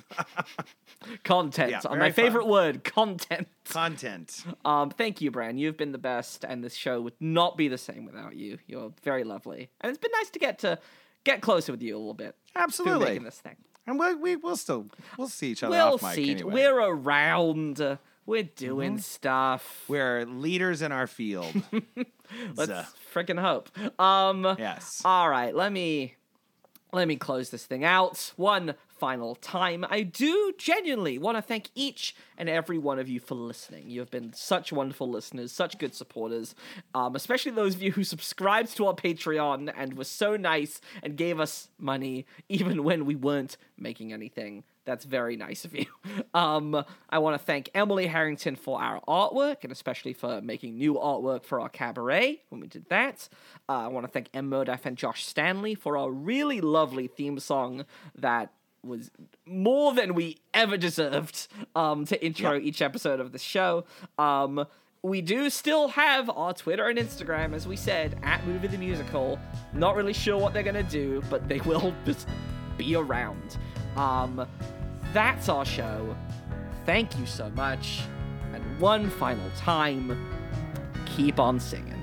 Content.
Yeah,
uh,
very
my
fun.
favorite word, content.
content.
Um, thank you, Bran. You've been the best, and this show would not be the same without you. You're very lovely, and it's been nice to get to get closer with you a little bit. through
Absolutely.
making this thing.
And we, we will still we'll see each other.
We'll
off mic
see.
Anyway. Mm-hmm.
We're around. uh, We're doing stuff.
we're leaders in our field. Zuh.
[LAUGHS] Let's freaking hope. Um,
yes.
All right, let me let me close this thing out one final time. I do genuinely want to thank each and every one of you for listening. You have been such wonderful listeners, such good supporters, um, especially those of you who subscribed to our Patreon and were so nice and gave us money even when we weren't making anything. That's very nice of you. [LAUGHS] Um, I want to thank Emily Harrington for our artwork and especially for making new artwork for our cabaret when we did that. Uh, I want to thank M. Murdoff and Josh Stanley for our really lovely theme song that was more than we ever deserved um, to intro each episode of the show. Um, we do still have our Twitter and Instagram, as we said, at Movie the Musical. Not really sure what they're going to do, but they will [LAUGHS] just be around. Um, that's our show. Thank you so much. And one final time, keep on singing.